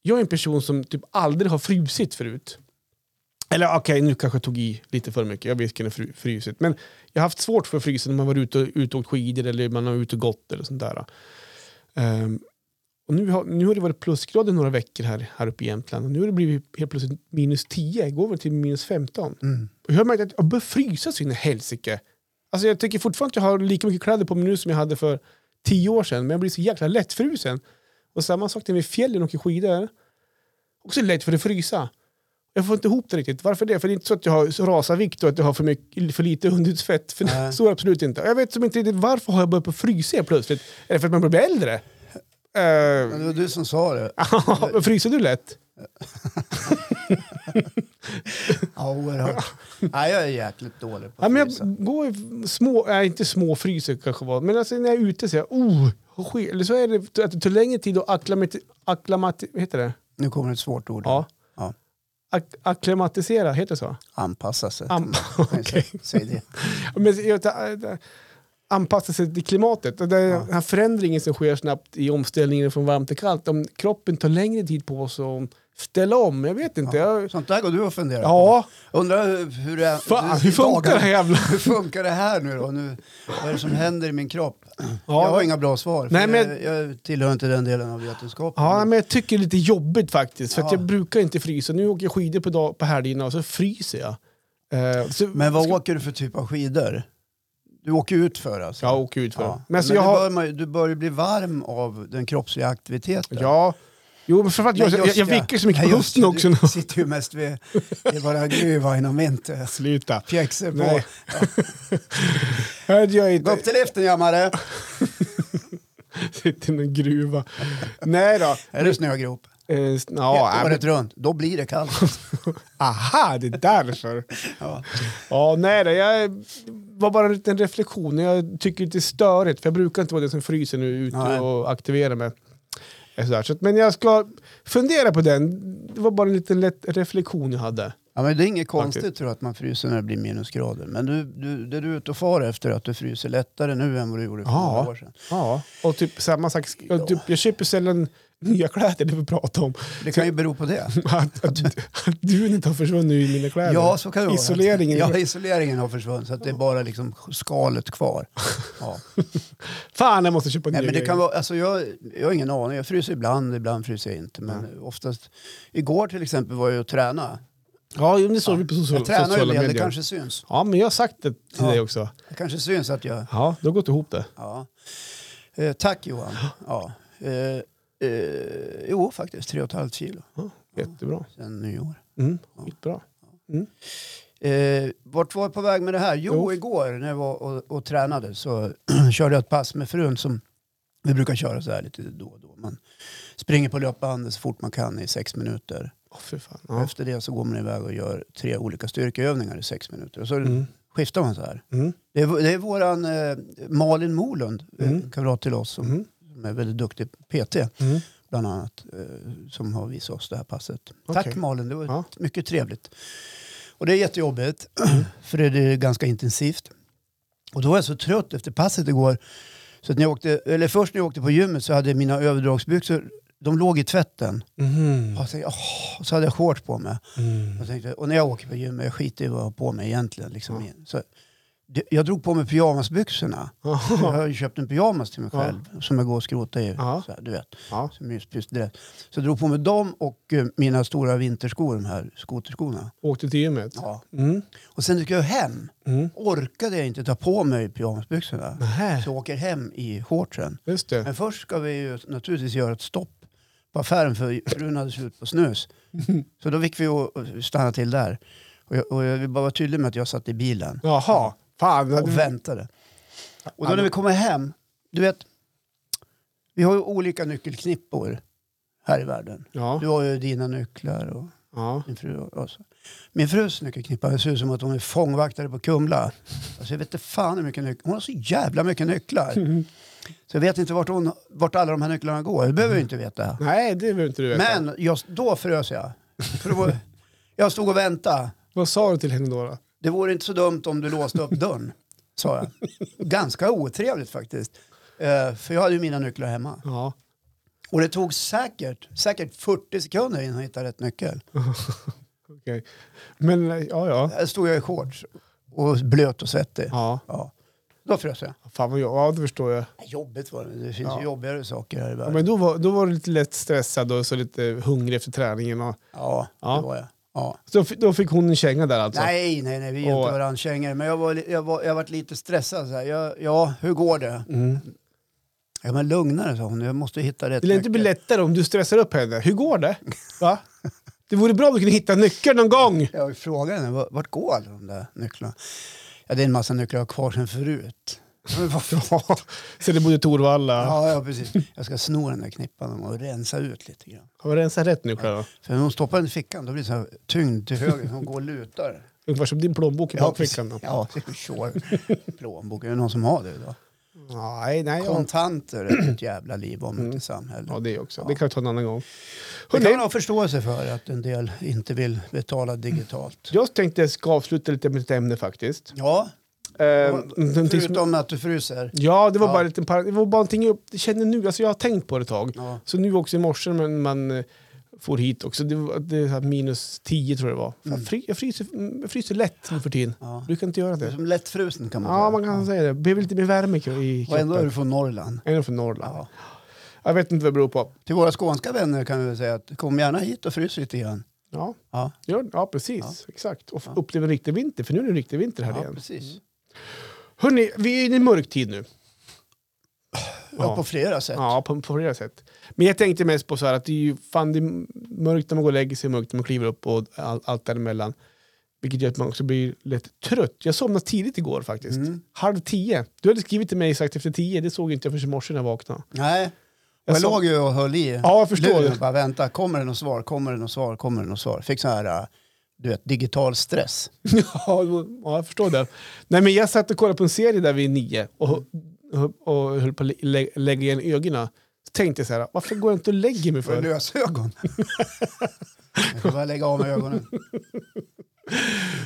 Jag är en person som typ aldrig har frusit förut. Eller okej, nu kanske jag tog i lite för mycket. Jag vet inte fru- frusit. Men jag har haft svårt för att frysa när man varit ute, ute och åkt skidor eller man har ute och gått eller sånt där. Ehm, och nu, har, nu har det varit plusgrader några veckor här, här uppe i Jämtland. Och nu har det blivit helt plötsligt minus 10. Igår var det till minus 15.
Mm.
Och jag har märkt att jag börjar frysa så in i helsike. Alltså jag tycker fortfarande att jag har lika mycket kläder på mig nu som jag hade för tio år sedan. Men jag blir så jäkla lättfrusen. Och samma sak när vi är i fjällen och åker skidor. Också lätt för att frysa. Jag får inte ihop det riktigt. Varför det? För det är inte så att jag har så rasarvikt och att jag har för, mycket, för lite underhudsfett. För
Nej.
så är det absolut inte. Och Jag vet som inte riktigt varför har jag börjat på att frysa helt plötsligt. Är det för att man börjar bli äldre? Eh,
Men det var du som sa det.
men Eh, fryser du lätt?
Ja, oerhört. Nej, jag är jäkligt dålig på
Ja,
att
men
frysa.
jag går i små, nej inte små fryser kanske var, men alltså när jag är ute så är jag, oh, vad sker? eller så är det att det tar längre tid att akklimat, akklimat, vad heter det?
Nu kommer ett svårt ord.
Ja.
Ja.
Ak- akklimatisera, heter det så?
Anpassa sig.
Am-
Okej. Säg det.
men, jag, tar- anpassa sig till klimatet. Och Den den här förändringen som sker snabbt i omställningen från varmt till kallt, om kroppen tar längre tid på sig att ställa om. Jag vet inte. Ja, jag,
Sånt där går du och funderar på.
ja
Undrar hur, hur, det är,
fan hur funkar det här jävla...
Hur funkar det här nu då? Nu, vad är det som händer i min kropp?
Ja.
Jag har inga bra svar. för
Nej, men-
jag, jag tillhör inte den delen av vetenskapen.
Ja, men jag tycker det är lite jobbigt faktiskt. För att
Ja.
jag brukar inte frysa. Nu åker jag skidor på, dag, på helgerna och så fryser jag. Eh, så
Men vad
ska-
åker du för typ av skidor? Du åker ut för alltså?
Jag åker ut för.
Ja.
Men alltså
Men
jag
du,
har...
bör, man ju- du bör ju bli varm av den kroppsliga aktiviteten.
Ja. Jo, men framförallt jag,
Men
jag,
just
jag
det.
vickar så mycket
Nej,
på
just det,
hösten också. nu.
Du sitter ju mest vid, det är bara gruva inom vintern.
Sluta.
Pjäxor på.
Nej. Här gör jag
Gå
inte.
upp till liften jammare!
Sitter i någon gruva. Nej då.
Är det snögrop?
Eh, s- ja,
Ja,
nej, men,
året runt. Då blir det kallt.
aha, det är därför.
Ja.
Ja, nej då. Jag var bara en liten reflektion. Jag tycker det är störigt, för jag brukar inte vara den som fryser nu ute
Nej.
och aktiverar mig. Eh, sådär. Så att- Men jag ska fundera på den. Det var bara en liten lätt reflektion jag hade.
Ja, men det är inget konstigt
Faktiskt.
tror jag, att man fryser när det blir minusgrader. Men du, du, det du är ute och far efter är att du fryser lättare nu än vad du gjorde för
Ja.
några år sedan.
Ja, och typ samma sak. Jag, typ, jag köper sällan nya kläder, det vi pratar om.
Det kan ju bero på det.
Att, att, att du inte har försvunnit ur mina kläder.
Ja, så kan det vara.
Isoleringen.
Ja, isoleringen har försvunnit så att det är bara liksom skalet kvar. Ja.
Fan, jag måste köpa nya
Nej, men det
grejer.
kan vara, alltså jag, jag har ingen aning. Jag fryser ibland, ibland fryser jag inte. Men oftast, igår till exempel var jag och tränade.
Ja, jo, det såg vi på social,
Jag tränar ju en
sociala
del,
medier.
det kanske syns.
Ja, men jag har sagt det till
Ja.
dig också.
Det kanske syns att jag...
Ja, det har gått ihop det.
Ja. Eh, tack Johan. Ja. Eh, eh, jo, faktiskt. Tre och ett halvt kilo
Ja, jättebra.
sedan nyår.
Mm, skitbra.
Eh, vart var jag på väg med det här? Jo,
Jo.
igår när jag var och, och tränade så körde jag ett pass med frun som vi brukar köra så här lite då och då. Man springer på löpbandet så fort man kan i sex minuter.
Åh, fy fan. Ja.
Efter det så går man iväg och gör tre olika styrkeövningar i sex minuter. Och så
Mm.
skiftar man så här.
Mm.
Det är, det är våran eh, Malin Molund, eh,
Mm.
kamrat till oss som,
Mm.
som är väldigt duktig PT
Mm.
bland annat, eh, som har visat oss det här passet.
Okej.
Tack Malin, det var
Ja.
mycket trevligt. Och det är jättejobbigt, för det är ganska intensivt. Och då var jag så trött efter passet igår. Så att när jag åkte, eller först när jag åkte på gymmet så hade mina överdragsbyxor, de låg i tvätten.
Mm.
Och jag tänkte, åh, och så hade jag shorts på mig.
Mm.
Jag tänkte, och när jag åker på gymmet, jag skiter i vad jag har på mig egentligen. Liksom. Så, det- jag drog på mig pyjamasbyxorna. Jag har ju köpt en pyjamas till mig
Ja.
själv som jag går och skrotar i.
Ja.
Så här, du vet.
Ja.
Som myspysdräkt. Så jag drog på mig dem och eh, mina stora vinterskor, de här skoterskorna.
Åkte till gymmet.
Ja.
Mm.
Och sen gick jag hem.
Mm.
Orkade jag inte ta på mig pyjamasbyxorna.
Nähä,
Så jag åker hem i shortsen.
just det.
Men först ska vi ju naturligtvis göra ett stopp på affären för frun hade slut på snus. Så då fick vi ju stanna till där. Och jag, och jag vill bara vara tydlig med att jag satt i bilen
Jaha, fan.
och väntade. Och då när vi kommer hem, du vet, vi har ju olika nyckelknippor här i världen.
Ja,
Du har ju dina nycklar och
ja.
min fru. Och så. Min frus nyckelknippa det ser ut som att hon är fångvaktare på Kumla. Alltså jag vet inte fan hur mycket nycklar. Hon har så jävla mycket nycklar. Så jag vet inte vart, hon, vart alla de här nycklarna går. Det behöver jag ju inte veta.
Nej, det behöver inte du veta.
Men jag, då frös jag. För då, var- jag stod och väntade.
Vad sa du till henne då? då?
Det vore inte så dumt om du låste upp dörren, sa jag. Ganska otrevligt faktiskt. Eh, för jag hade ju mina nycklar hemma.
Ja.
Och det tog säkert, säkert 40 sekunder innan jag hittade rätt nyckel.
Okej. Men ja, ja.
Där stod jag i shorts och blöt och svettig.
Ja,
Ja. Då frös jag.
fan vad jag, ja, det förstår jag.
Jobbigt var det. Det finns
Ja.
ju jobbigare saker här i
Ja,
världen.
men då var, då var du lite lätt stressad och så lite hungrig efter träningen. Och,
Ja,
Ja.
det var jag. Ja.
så då, fi- då fick hon en känga där alltså?
Nej, nej, nej, vi är
Och-
inte varandra kängor. Men jag var, li- jag var, jag varit lite stressad. Så här. Jag, ja, hur går det?
Mm.
Ja, men lugnare sa hon. Jag måste hitta rätt
Det lär inte bli
nyckel.
lättare om du stressar upp henne. Hur går det? Va? Det vore bra om du kunde hitta nyckeln någon gång!
Jag frågade henne, "Vart- vart går alla de där nycklarna? Ja, det är en massa nycklar jag har kvar sedan förut. Men vad fan?
Ja, så det borde Torvalla. Ja.
Ja, ja, precis. Jag ska sno den där knippan och rensa ut lite grann.
Har rensa rätt nycklar då?
För när hon stoppar den i fickan, då blir det så här tyngd till höger. Hon går och lutar.
Ungefär som din plånbok i
Ja, precis.
bakfickan. då.
Ja, sure. Plånbok, är det någon som har det idag?
Nej, nej. Ja, Mm.
Kontanter är ett jävla liv om inte samhället.
ja det också. Det kan vi ta en annan gång.
Det
Hörrni,
kan man ha förståelse för att en del inte vill betala digitalt.
jag tänkte jag ska avsluta lite med ett ämne faktiskt.
Ja,
Eh,
och-
någonting som-
förutom att du fryser.
Ja, det var
Ja.
bara en liten par- Det var bara någonting jag känner nu. Alltså jag har tänkt på det ett tag.
Ja.
Så nu också i morse när man eh, for hit också. Det, var- det är så här minus 10 tror jag det var. Fan,
Mm.
fry, jag, fryser, jag fryser lätt nu för tiden.
Ja.
Du kan inte göra
Det är
det.
som lättfrusen kan man
Ja, man kan säga det. Det Behöver lite mer värme i
Och ändå är du
kroppen.
från Norrland.
Ändå från Norrland.
Ja.
Jag vet inte vad det beror på.
Till våra skånska vänner kan vi väl säga att kom gärna hit och frys lite grann.
Ja,
Ja,
gör, ja precis. Exakt. Och
Ja.
uppleva en riktig vinter, för nu är det en riktig vinter här
ja
igen.
precis.
Hörni, vi är inne i mörk tid nu.
Ja, på flera sätt.
Ja, på, på flera sätt. Men jag tänkte mest på så här att det är ju fan det är mörkt när man går och lägger sig, mörkt när man kliver upp och all, allt däremellan. Vilket gör att man också blir lätt trött. Jag somnade tidigt igår faktiskt.
Mm.
Halv tio. Du hade skrivit till mig exakt efter tio, det såg inte jag förrän i morse när jag vaknade.
Nej, och jag,
Jag som-
låg ju och höll i.
Ja, jag förstår
luren
det.
och Bara vänta, kommer det något svar, kommer det något svar, kommer det något svar. Fick sån här, äh, du vet, digital stress.
ja, ja, jag förstår det. Nej, men jag satt och kollade på en serie där vid nio och,
Mm.
och, och höll på att lä- lä- lägga igen ögonen. Så tänkte jag så här, varför går jag inte och lägger mig
För
för?
lösögon. jag får bara lägga av mig ögonen.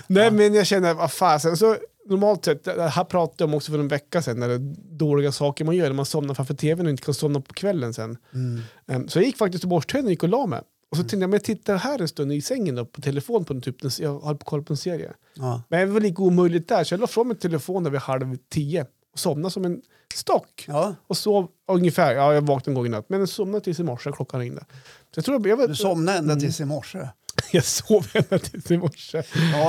Nej, men jag känner, vad fasen. Så normalt sett, det här pratade jag om också för en vecka sedan, när det är dåliga saker man gör, när man somnar framför tvn och inte kan somna på kvällen sen.
Mm.
Ehm, Så jag gick faktiskt och borstade tänderna och gick och la mig. Och så tänkte jag, men jag tittar här en stund i sängen då, på telefon, på en typ, jag håller på att kolla på en serie.
Ja.
Men det var lika omöjligt där, så jag la från mig telefonen vid halv tio och somnade som en stock.
ja,
Och sov ungefär, ja jag vaknade en gång i natt, men jag somnade tills i morse, klockan ringde. Så jag tror jag, jag,
du
var,
somnade ända tills i
Mm.
morse.
jag sov ända tills i morse.
Ja.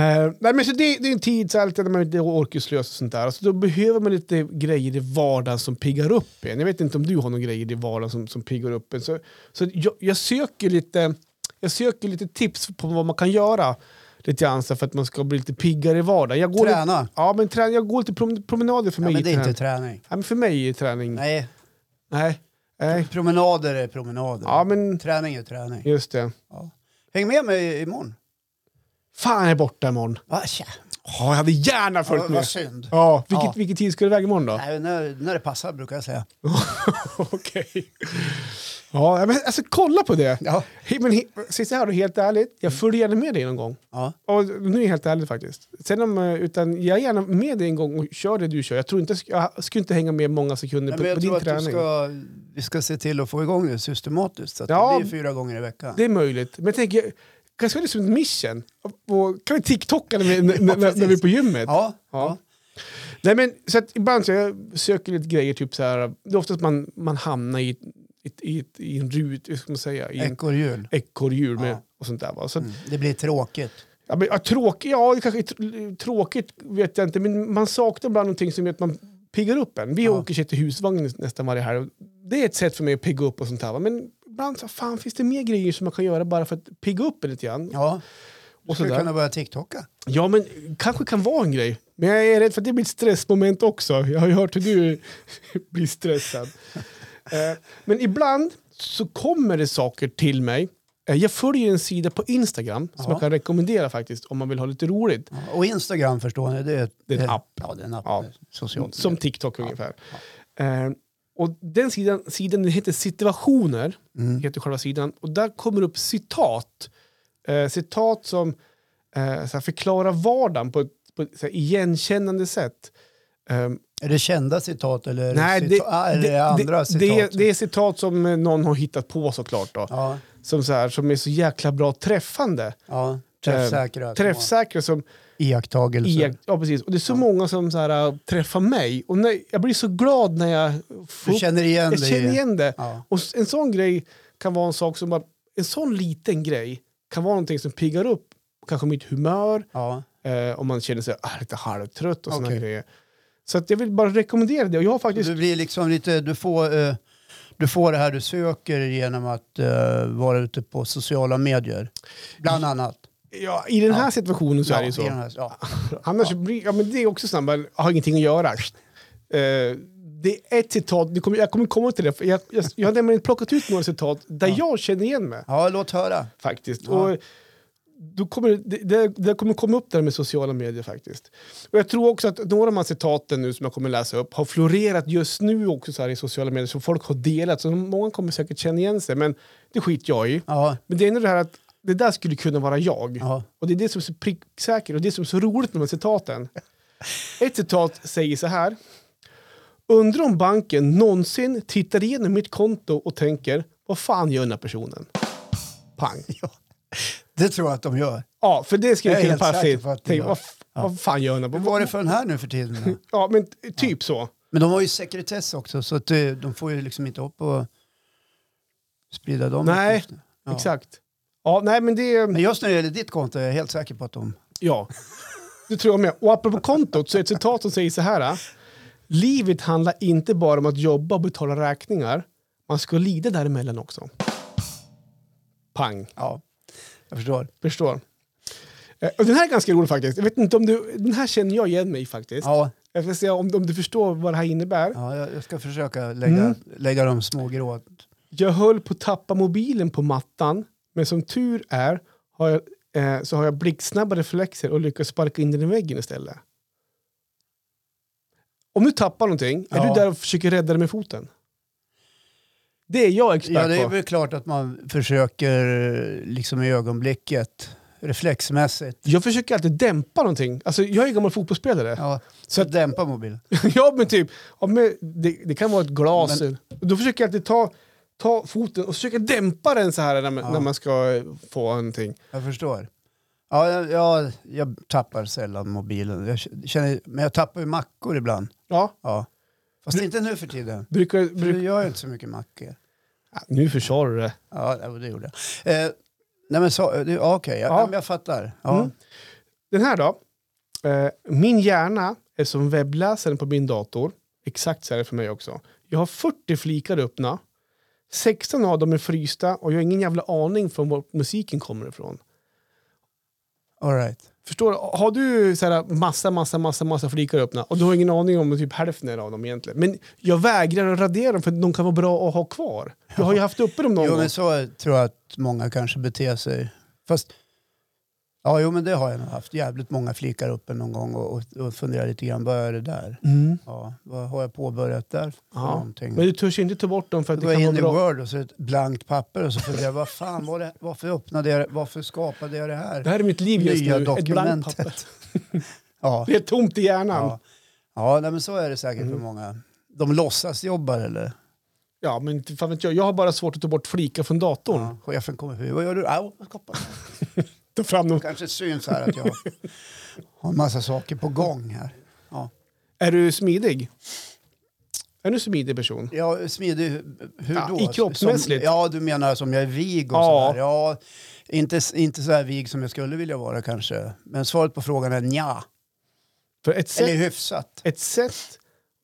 Eh, nej, men så det, det är en tid så alltid när man inte orkar slösa och sånt där. Alltså, då behöver man lite grejer i vardagen som piggar upp en. Jag vet inte om du har några grejer i vardagen som, som piggar upp en. Så, så jag, jag, söker lite, jag söker lite tips på vad man kan göra lite grann så för att man ska bli lite piggare i vardagen. Jag går Lite,
Träna.
ja, men trä, jag går lite prom, promenader för
Ja,
mig.
men det är
trä-
inte träning.
nej, men för mig är träning... Nej.
Nej,
nej,
promenader är promenader.
Ja, men
Träning är träning.
just det.
Ja. Häng med mig imorgon.
Fan, jag är borta imorgon.
Va, tja.
Oh, jag hade gärna följt
Ja,
med.
vad synd.
Ja, vilket,
Ja.
vilket tid ska du iväg imorgon då?
Nej, när, när det passar brukar jag säga.
Okej. Ja, men alltså kolla på det.
Ja.
He- Men he- sitta här och helt ärligt, jag följer gärna med dig någon gång.
Ja.
Och nu är jag helt ärlig faktiskt. Sen om, eh, utan jag är gärna med dig en gång och kör det du kör. Jag tror inte, jag sk- jag skulle inte hänga med många sekunder
Nej,
på,
men
på
jag tror
din
att du
träning.
ska, vi ska se till att få igång det systematiskt. Så att
Ja.
det blir fyra gånger i veckan.
Det är möjligt. Men jag tänker, jag- kanske är det som ett mission. Och, kan vi TikToka när vi, när, när, när vi är på gymmet?
Ja,
Ja.
ja.
Nej, men, så att ibland så jag söker lite grejer, typ så här, det är oftast man, man hamnar i, i, i, i en rut, hur ska man säga? I en,
ekorrhjul.
ekorrhjul med
Ja.
och sånt där. Va? Så, att-
Mm. Det blir tråkigt.
ja, men, ja, tråkigt, ja, det kanske är tr- tråkigt vet jag inte, men man saknar ibland någonting som gör att man piggar upp en. Vi
Ja.
åker sig till husvagn nästan varje helg. och Det är ett sätt för mig att pigga upp och sånt där. Va? Men ibland så, fan, finns det mer grejer som man kan göra bara för att pigga upp en lite grann?
Ja.
och
Skulle
sådär.
kunna börja TikToka.
Ja, men kanske kan vara en grej. Men jag är rädd för att det blir ett stressmoment också. Jag har ju hört hur du blir stressad. Eh, Men ibland så kommer det saker till mig. Eh, Jag följer en sida på Instagram som
Ja.
jag kan rekommendera faktiskt om man vill ha lite roligt.
Ja. Och Instagram förstår ni, det är,
Det är en app.
Ja, det är en app.
Ja.
Socialt.
Som TikTok ungefär. Eh, Och den sidan, sidan den heter situationer,
Mm.
heter själva sidan. Och där kommer upp citat. Eh, citat som eh, så här, förklarar vardagen på ett, på ett så här, igenkännande sätt. Eh,
Är det kända citat eller är
Nej,
det,
det,
cita- ah, är det, andra
det,
citat?
det, är- det är citat som eh, någon har hittat på såklart. Då.
Ja,
Som, så här, som är så jäkla bra träffande.
ja. Träffsäkra. små
Träffsäkra som...
Iakttagelser.
iak- Ja, precis. Och det är så många som så här, äh, träffar mig. Och när, jag blir så glad när jag får
du
upp-
känner igen
jag
det? i-
känner igen det.
Ja.
Och s- en sån grej kan vara en sak som bara... En sån liten grej kan vara någonting som piggar upp kanske mitt humör.
ja.
Eh, om man känner sig ah, lite halvtrött och såna
Okej.
grejer. Så att jag vill bara rekommendera det. Och jag har faktiskt...
Du blir liksom lite, du får, eh, du får det här du söker genom att eh, vara ute på sociala medier. Bland annat.
Ja, I den här
Ja.
situationen så är det ju
i
så.
den här- ja.
Annars blir, ja men det är också sånt man har ingenting att göra. Eh, det är ett citat, det kommer, jag kommer komma till det, för jag, jag, jag har nämligen plockat ut några citat där jag känner igen mig
ja, låt höra.
faktiskt.
Ja.
Och då kommer, det, det, det kommer komma upp där med sociala medier faktiskt. Och jag tror också att några av de här citaten nu som jag kommer läsa upp har florerat just nu också så här i sociala medier som folk har delat. Så många kommer säkert känna igen sig, men det skiter jag i.
Ja,
Men det är ändå det här att det där skulle kunna vara jag.
ja.
Och det är det som är så pricksäkert och det som är så roligt med de här citaten. Ett citat säger så här. Undrar om banken någonsin tittar igenom mitt konto och tänker vad fan gör den här personen? Pang.
Det tror jag att de gör.
Ja, för det skulle
Jag är
kunna
helt
passa
säker
in.
på att det
Tänk,
gör.
vad, f- vad fan gör han?
Vad var det för den här nu för tiden?
Ja, men t- typ så.
Men de har ju sekretess också så att eh, de får ju liksom inte upp och sprida dem.
Nej,
uppgifterna. Ja.
Exakt. Ja, nej men det...
Men just när det gäller ditt konto är jag helt säker på att de...
Ja. Det tror jag med. Och apropå kontot så är ett citat som säger så här. ah. Livet handlar inte bara om att jobba och betala räkningar. Man ska lida däremellan också. Pang.
Ja, jag förstår.
Förstår. Eh, Och den här är ganska rolig faktiskt. Jag vet inte om du... Den här känner jag igen mig i faktiskt.
Ja,
Jag ska se om, om du förstår vad det här innebär.
ja jag jag ska försöka lägga,
Mm.
lägga de små grå...
Jag höll på att tappa mobilen på mattan, men som tur är har jag, eh, så har jag blixtsnabba reflexer och lyckas sparka in den i väggen istället. Om du tappar någonting, är
Ja.
du där och försöker rädda det med foten? Det är jag expert
Ja, det är
på.
väl klart att man försöker eh, liksom i ögonblicket, reflexmässigt,
Jag försöker alltid dämpa någonting. Alltså, jag är gammal fotbollsspelare.
ja,
Så
så att dämpa mobilen.
Ja, men typ, ja, men det, det kan vara ett glas. Och Då försöker jag alltid ta, ta foten och försöka dämpa den så här när, man-
Ja.
när man ska eh, få någonting.
Jag förstår. Ja, jag, jag, jag tappar sällan mobilen. Jag känner, men jag tappar ju mackor ibland.
Ja,
Ja. Fast inte nu för tiden.
brukar,
För
brukar,
du gör ju inte så mycket mackor.
Ja, Nu försvarar du det.
Ja, det- det gjorde jag. Eh, nej men så, det- ja, okej, jag,
Ja.
ja. men jag fattar. Ja.
Mm. Den här då. Eh, Min hjärna är som webbläsaren på min dator. Exakt så är det för mig också. Jag har 40 flikar öppna. 16 av dem är frysta och jag har ingen jävla aning från var musiken kommer ifrån.
All right.
Förstår du? Har du så här massa, massa, massa, massa flikar öppna och du har ingen aning om typ hälften av dem egentligen. Men jag vägrar att radera dem för de kan vara bra att ha kvar. Jag har ju haft uppe dem någon
Jo
gång.
men så tror jag att många kanske beter sig. Fast, ja jo men det har jag nog haft. Jävligt många flikar uppe någon gång och, och, och funderar lite grann, vad är det där?
Mm.
Ja, vad har jag påbörjat där för
Ja,
någonting?
Men du törs inte ta bort dem för att
Då
det
går jag
kan
in
vara
i
bra.
Word och så är det ett blankt papper och så funderar jag, vad fan var det, varför öppnade jag det, varför skapade jag det
Det
här?
här är mitt liv just
Nya
nu. Ett blankt papper.
dokumentet. Ja,
Det är tomt i hjärnan.
ja. ja nej, men så är det säkert
Mm.
för många. De låtsas jobbar eller?
Ja, men inte fan vet jag. Jag har bara svårt att ta bort flikar från datorn.
Ja. Chefen kommer förbi, vad gör du? Au, jag skapar.
Ta fram dem.
Kanske syns här att jag har en massa saker på gång här.
Är du smidig? Är du en smidig person?
Jag är smidig, hur
Ja,
då?
i kroppsmässigt.
Som, ja, du menar som jag är vig och
Ja.
sådär. Ja, inte, inte så här vig som jag skulle vilja vara kanske. Men svaret på frågan är nja.
För ett
Eller
sätt,
hyfsat.
ett sätt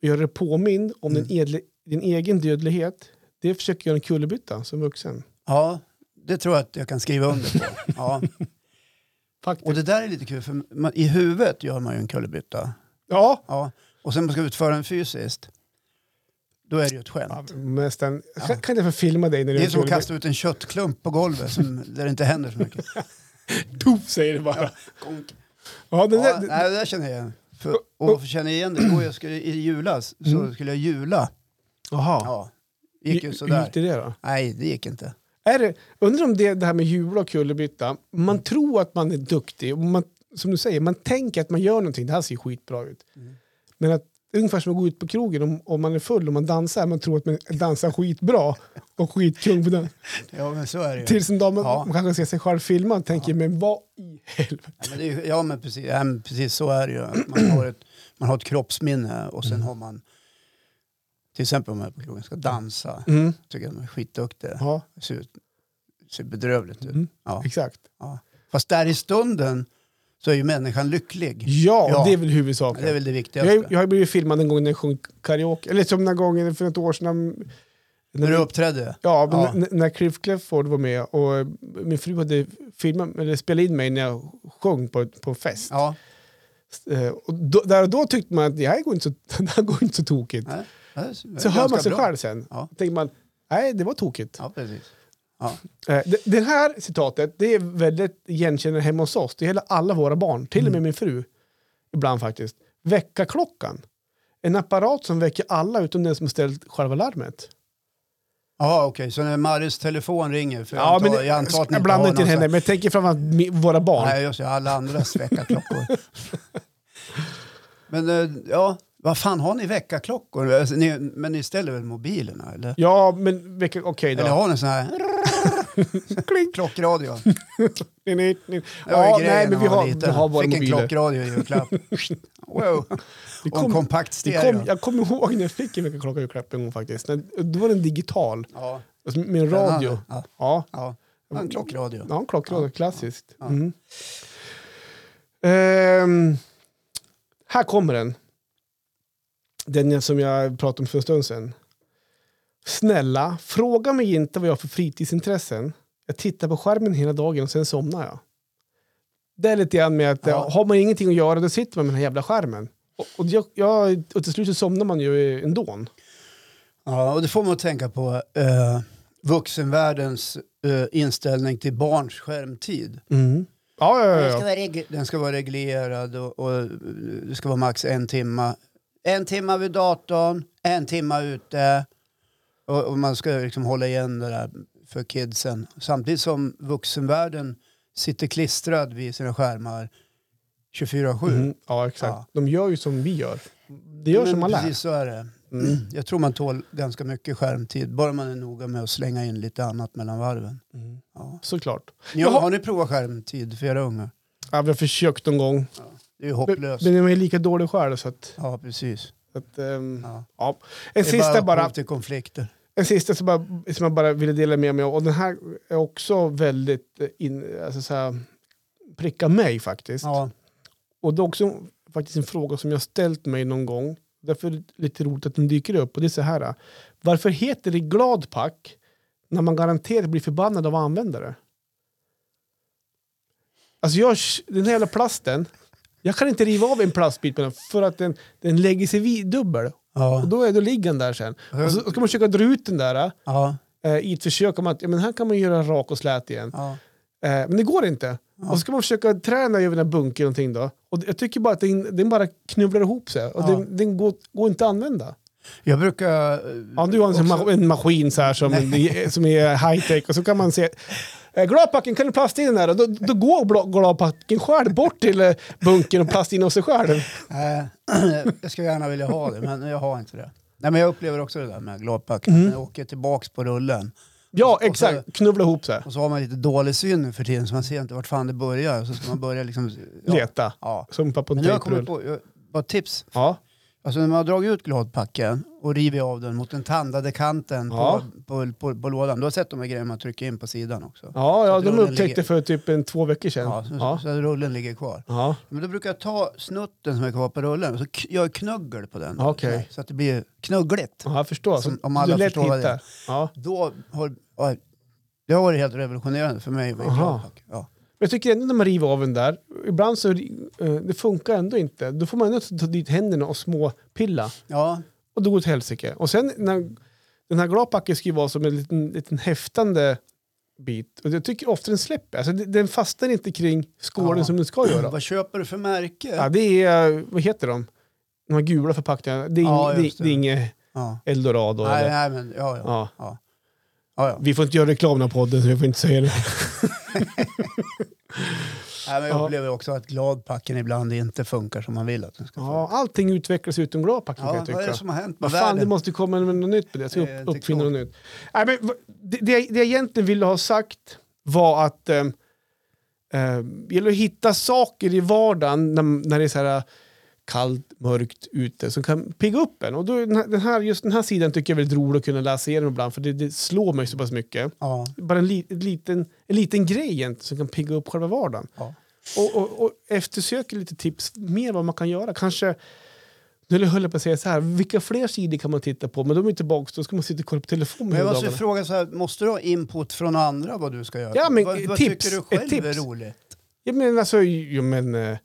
att göra dig påmind om
Mm.
din, edle, din egen dödlighet det är att försöka göra en kullerbytta som vuxen.
Ja, det tror jag att jag kan skriva under på. Ja.
Faktiskt.
Och det där är lite kul, för man, i huvudet gör man ju en kullerbytta.
ja,
Ja. Och sen man ska utföra den fysiskt, då är det ju ett
ja,
skämt.
nästan. Kan, kan jag få filma dig när du
Det är
gör
som att
kullerbytta?
kasta ut en köttklump på golvet som, där det inte händer så mycket.
Tuff, säger det bara.
Konk.
Ja, den
Ja,
där,
nej, det där känner jag igen. För, och varför känner jag igen det? Jo, jag skulle, I julas
Mm.
så skulle jag jula.
Jaha.
Ja, gick ju
Hur- Hur
sådär.
gick det där då?
Nej, det gick inte.
Är det, undrar om det, det här med jul och kullerbytta,
Mm.
man tror att man är duktig, och man, som du säger, man tänker att man gör någonting, det här ser ju skitbra ut.
Mm.
Men att det är ungefär som att gå ut på krogen om, om man är full och man dansar, man tror att man dansar skitbra och skitkung på den.
Ja, men så är det ju.
Tills en dag man,
Ja.
man kanske ser sig själv filma och tänker, men vad i helvete?
Ja men, det är, ju- ja, men precis, ja, men precis så är det ju. Att Man har ett, man har ett kroppsminne och
Mm.
sen har man, till exempel om man är på krogen ska dansa,
Mm.
tycker jag man är skitduktig.
Ja,
Ser, ut, ser bedrövligt ut.
Mm.
Ja,
exakt.
ja. Fast där i stunden så är ju människan lycklig.
Ja,
Ja.
det är väl huvudsaken.
Det är väl det
jag, har ju-
viktigaste.
jag har ju blivit filmad en gång när jag sjöng karaoke, eller som den gången för ett år sedan. när-
När du uppträdde?
Ja, men
Ja.
n- När Cliff Clifford var med och eh, min fru hade filmat, eller spelat in mig när jag sjöng på, på en fest.
Ja.
Eh, Och då, där och då tyckte man att det här går inte så, det här går inte så tokigt.
Nej, det är- det är
så hör
ganska
man sig
bra.
själv sen.
Ja.
Då tänker man, nej det var tokigt.
Ja, precis.
Eh, det, det här citatet, det är väldigt igenkännande hemma hos oss. Det gäller alla våra barn, till
Mm.
och med min fru. Ibland faktiskt. Väckarklockan. En apparat som väcker alla utom den som ställt själva larmet.
Ja, okej, så när Maris telefon ringer, för jag,
Ja,
antar,
men det-
jag antar att ni
jag
inte har
blandar
någon
inte
sån
in
här
henne, men jag tänker framförallt mi- våra barn.
Nej, just det. Alla andras väckarklockor. men eh, ja, vad fan har ni väckarklockor? Alltså, ni, men ni ställer väl mobilerna eller?
Ja, men vilka- okej då.
Eller har ni sån här?
Kling.
Klockradion.
Ni, ni, ni.
Det var ju
Ja,
grejen
nej,
när
men vi
man var
har, vi
liten.
har våra
Fick en
mobiler.
klockradio i julklapp. wow.
Det
och en
kom-
kompakt
Det
stereo.
kom, jag kommer ihåg när jag fick en veckaklocka i julklapp en gång faktiskt. När- Då var den digital,
Ja,
alltså med en
den hade-
radio.
Ja,
Ja,
ja. Det var En klockradio.
ja en klockradio, klassiskt.
Ja.
Mm. Ehm, här kommer den. Den jag- som jag pratade om för en stund sedan. Snälla, fråga mig inte vad jag har för fritidsintressen. Jag tittar på skärmen hela dagen och sen somnar jag. Det är lite grann med att
Ja.
eh, har man ingenting att göra då sitter man med den här jävla skärmen. Och, och, jag, jag, och till slut så somnar man ju ändå.
Ja, och det får man att tänka på eh, vuxenvärldens eh, inställning till barns skärmtid.
Mm. Ja, ja, ja,
Den ska
ja.
vara, reg- den ska vara reglerad och, och eh, det ska vara max en timma. En timma vid datorn, en timma ute. Och, och man ska liksom hålla igen det där för kidsen. Samtidigt som vuxenvärlden sitter klistrad vid sina skärmar 24-7.
Mm. ja exakt.
Ja.
De gör ju som vi gör. Det gör
Men
som man lär.
Precis så är det.
Mm.
Jag tror man tål ganska mycket skärmtid, bara man är noga med att slänga in lite annat mellan varven.
Mm.
Ja.
Såklart.
Ni,
Jaha.
har ni provat skärmtid för era unga?
Ja, vi har försökt någon gång.
Det är ju
Men
hopplöst.
men jag är lika dålig själv så att...
Ja, precis.
så att ehm,
Ja.
ja. En
Det är
sista
upphov
bara.
till konflikter.
En sista som, bara, som jag bara ville dela med mig av. Och den här är också väldigt eh, in, alltså så här, pricka mig faktiskt.
Ja.
Och det är också faktiskt en fråga som jag ställt mig någon gång. Därför är det lite roligt att den dyker upp. Och det är så här. Varför heter det gladpack när man garanterat blir förbannad av användare? Alltså jag, den här jävla plasten. Jag kan inte riva av en plastbit på den för att den, den lägger sig vid dubbel. Och
Ja.
då, är, då ligger den där sen. Och så ska man försöka dra ut den där
Ja.
eh, i ett försök om att ja, men här kan man göra rak och slät igen.
Ja.
Eh, men det går inte. Och så ska man försöka träna över den här bunken någonting då. Och jag tycker bara att den, den bara knubblar ihop sig. Och
Ja.
den, den går, går inte att använda.
Jag brukar...
Ja, du har en, sån ma- en maskin så här som, som är high-tech och så kan man se eh, Gladpacken, kan du plasta in den här? Och Då, då går bla- gladpacken själv bort till eh, bunken och plastar in av sig själv.
eh, Nej, jag skulle gärna vilja ha det, men jag har inte det. Nej, men jag upplever också det där med gladpack.
Mm.
Jag åker tillbaks på rullen
Ja,
Och så-
exakt. Knubbla ihop så här.
och så har man lite dålig syn nu för tiden så man ser inte vart fan det börjar. Så ska man börja liksom... Ja.
Leta.
ja.
Sumpa på en
Men nu har jag kommit
tejprull.
på, jag, bara tips.
Ja.
Alltså när man har dragit ut gladpacken och rivit av den mot den tandade kanten
Ja.
på, på, på, på lådan. Du har sett de här grejerna man trycker in på sidan också?
Ja,
Så
ja
att
de
rullen
upptäckte
ligger-
för typ en två veckor sedan.
Ja, så,
Ja.
så att rullen ligger kvar.
Ja.
Men då brukar jag ta snutten som är kvar på rullen och så k- gör jag knuggel på den.
Okej.
Så att det blir knuggligt.
ja, jag förstår. Så
Som- om alla
du lätt
förstår vad
hittar.
det är.
Ja.
Då har, ja, det har varit helt revolutionerande för mig med
Aha.
gladpack. Ja.
Men jag tycker ändå när man river av den där, ibland så eh, det funkar ändå inte. Då får man ändå ta dit händerna och småpilla.
ja,
Och då går det åt helsike. Och sen när, den här gladpacken ska ju vara som en liten, liten häftande bit. Och jag tycker ofta den släpper. Alltså, den den fastnar inte kring skålen
Ja. Mm,
som den ska göra.
vad köper du för märke?
Ja, det är, vad heter de? De här gula förpackningarna. Det är, ing,
Ja,
det,
just
det är
det.
inget
Ja.
eldorado.
Nej,
eller,
nej, men ja, ja.
Ja.
ja, ja.
Vi får inte göra reklam i den här podden så vi får inte säga det.
Nej, men jag
Ja.
upplever också att gladpacken ibland inte funkar som man vill att den ska funka.
Ja, allting utvecklas utom gladpacken kan
Ja,
jag
vad är
tycka.
det som har hänt med
Vad fan, det
världen? Eh,
måste komma med något nytt på det. Jag ska
Det är
upp,
inte
uppfinna något
klokt.
nytt. Nej, men, vad- det, det, jag, det jag egentligen ville ha sagt var att eh, eh, det gäller att hitta saker i vardagen när, när det är så här eh, kallt, mörkt ute som kan pigga upp en. Och då, är den här- den här, just den här sidan tycker jag är väldigt rolig att kunna läsa igenom ibland för det, det slår mig så pass mycket.
Ja,
Bara en, li, en, liten, en liten grej egentligen som kan pigga upp själva vardagen.
ja.
Och, och, och eftersöker lite tips mer vad man kan göra. Kanske, nu höll jag på att säga så här, vilka fler sidor kan man titta på? Men de är tillbaka, då ska man sitta och kolla på telefonen
Men jag
hela
måste ju
dagarna.
fråga så här, måste du ha input från andra vad du ska göra?
Ja, men,
vad,
eh,
vad
tips,
tycker du
ett
själv är
tips.
roligt?
Ja men alltså, jo, men, eh,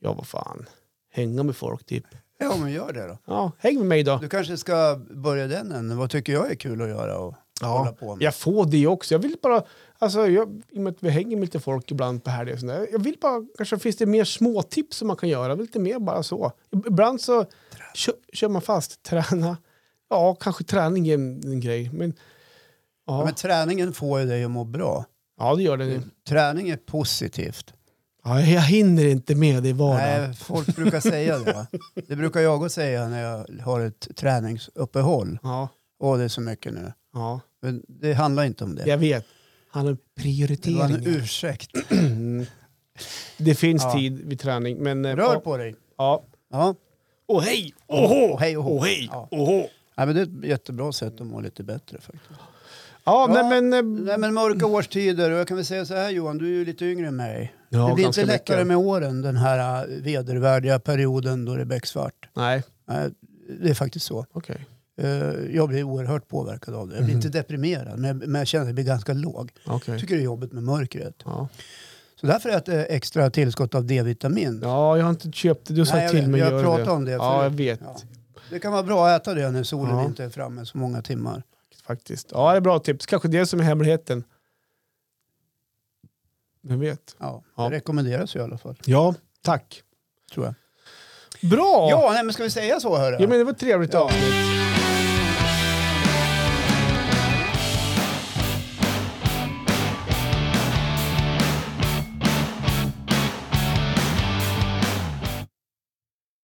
ja vad fan, hänga med folk typ.
Ja, men gör det då.
Ja, häng med mig då.
Du kanske ska börja den änden. Vad tycker jag är kul att göra och hålla
Ja,
på med?
jag får det också. Jag vill bara, alltså, jag, i och med att vi hänger med lite folk ibland på helger och sånt där. Jag vill bara, kanske finns det mer småtips som man kan göra, lite mer bara så. Ibland så kör, kör man fast, träna. Ja, kanske träning är en, en grej, men
Ja,
ja,
men träningen får ju dig att må bra.
ja det gör det nu.
Träning är positivt.
Ja, jag hinner inte med det i vardagen.
Nej, folk brukar säga det. va? Det brukar jag också säga när jag har ett träningsuppehåll.
Ja,
Åh, det är så mycket nu.
ja,
Men det handlar inte om det.
jag vet. handlar om
Det var en
prioriteringar.
ursäkt.
Det finns
Ja.
tid vid träning, men... eh,
Rör
ja,
på dig.
Ja.
Ja.
Åh hej! Åhå!
Åh, hej, åhå.
Åh hej!
Ja.
Åhå!
Nej, men det är ett jättebra sätt att må lite bättre faktiskt.
Ja,
Ja.
nej men... eh,
Nej, men mörka årstider och jag kan väl säga så här Johan, du är ju lite yngre än mig.
Ja,
det blir
ganska
inte lättare
mycket.
med åren den här eh, vedervärdiga perioden då det är becksvart.
Nej,
Nej, det är faktiskt så.
okej.
Eh, Jag blir oerhört påverkad av det. Jag blir
Mm.
inte deprimerad men jag, men jag känner att jag blir ganska låg.
okej.
Jag tycker det är jobbigt med mörkret.
Ja.
Så därför är det ett eh, extra tillskott av D-vitamin.
ja, jag har inte köpt det. Du sa
Nej, jag
till
vet.
mig
Vi har
att göra
pratat om det
Ja, jag
förut.
vet
Ja. Det kan vara bra att äta det när solen
Ja.
inte är framme så många timmar.
faktiskt. Ja, det är bra tips. Kanske det som är hemligheten. Vem vet?
Ja,
Ja.
Det rekommenderas ju i alla fall,
Ja, tack.
tror jag.
Bra!
Ja, nej, men ska vi säga så hörru?
Ja, men det var ett trevligt
Ja.
avsnitt.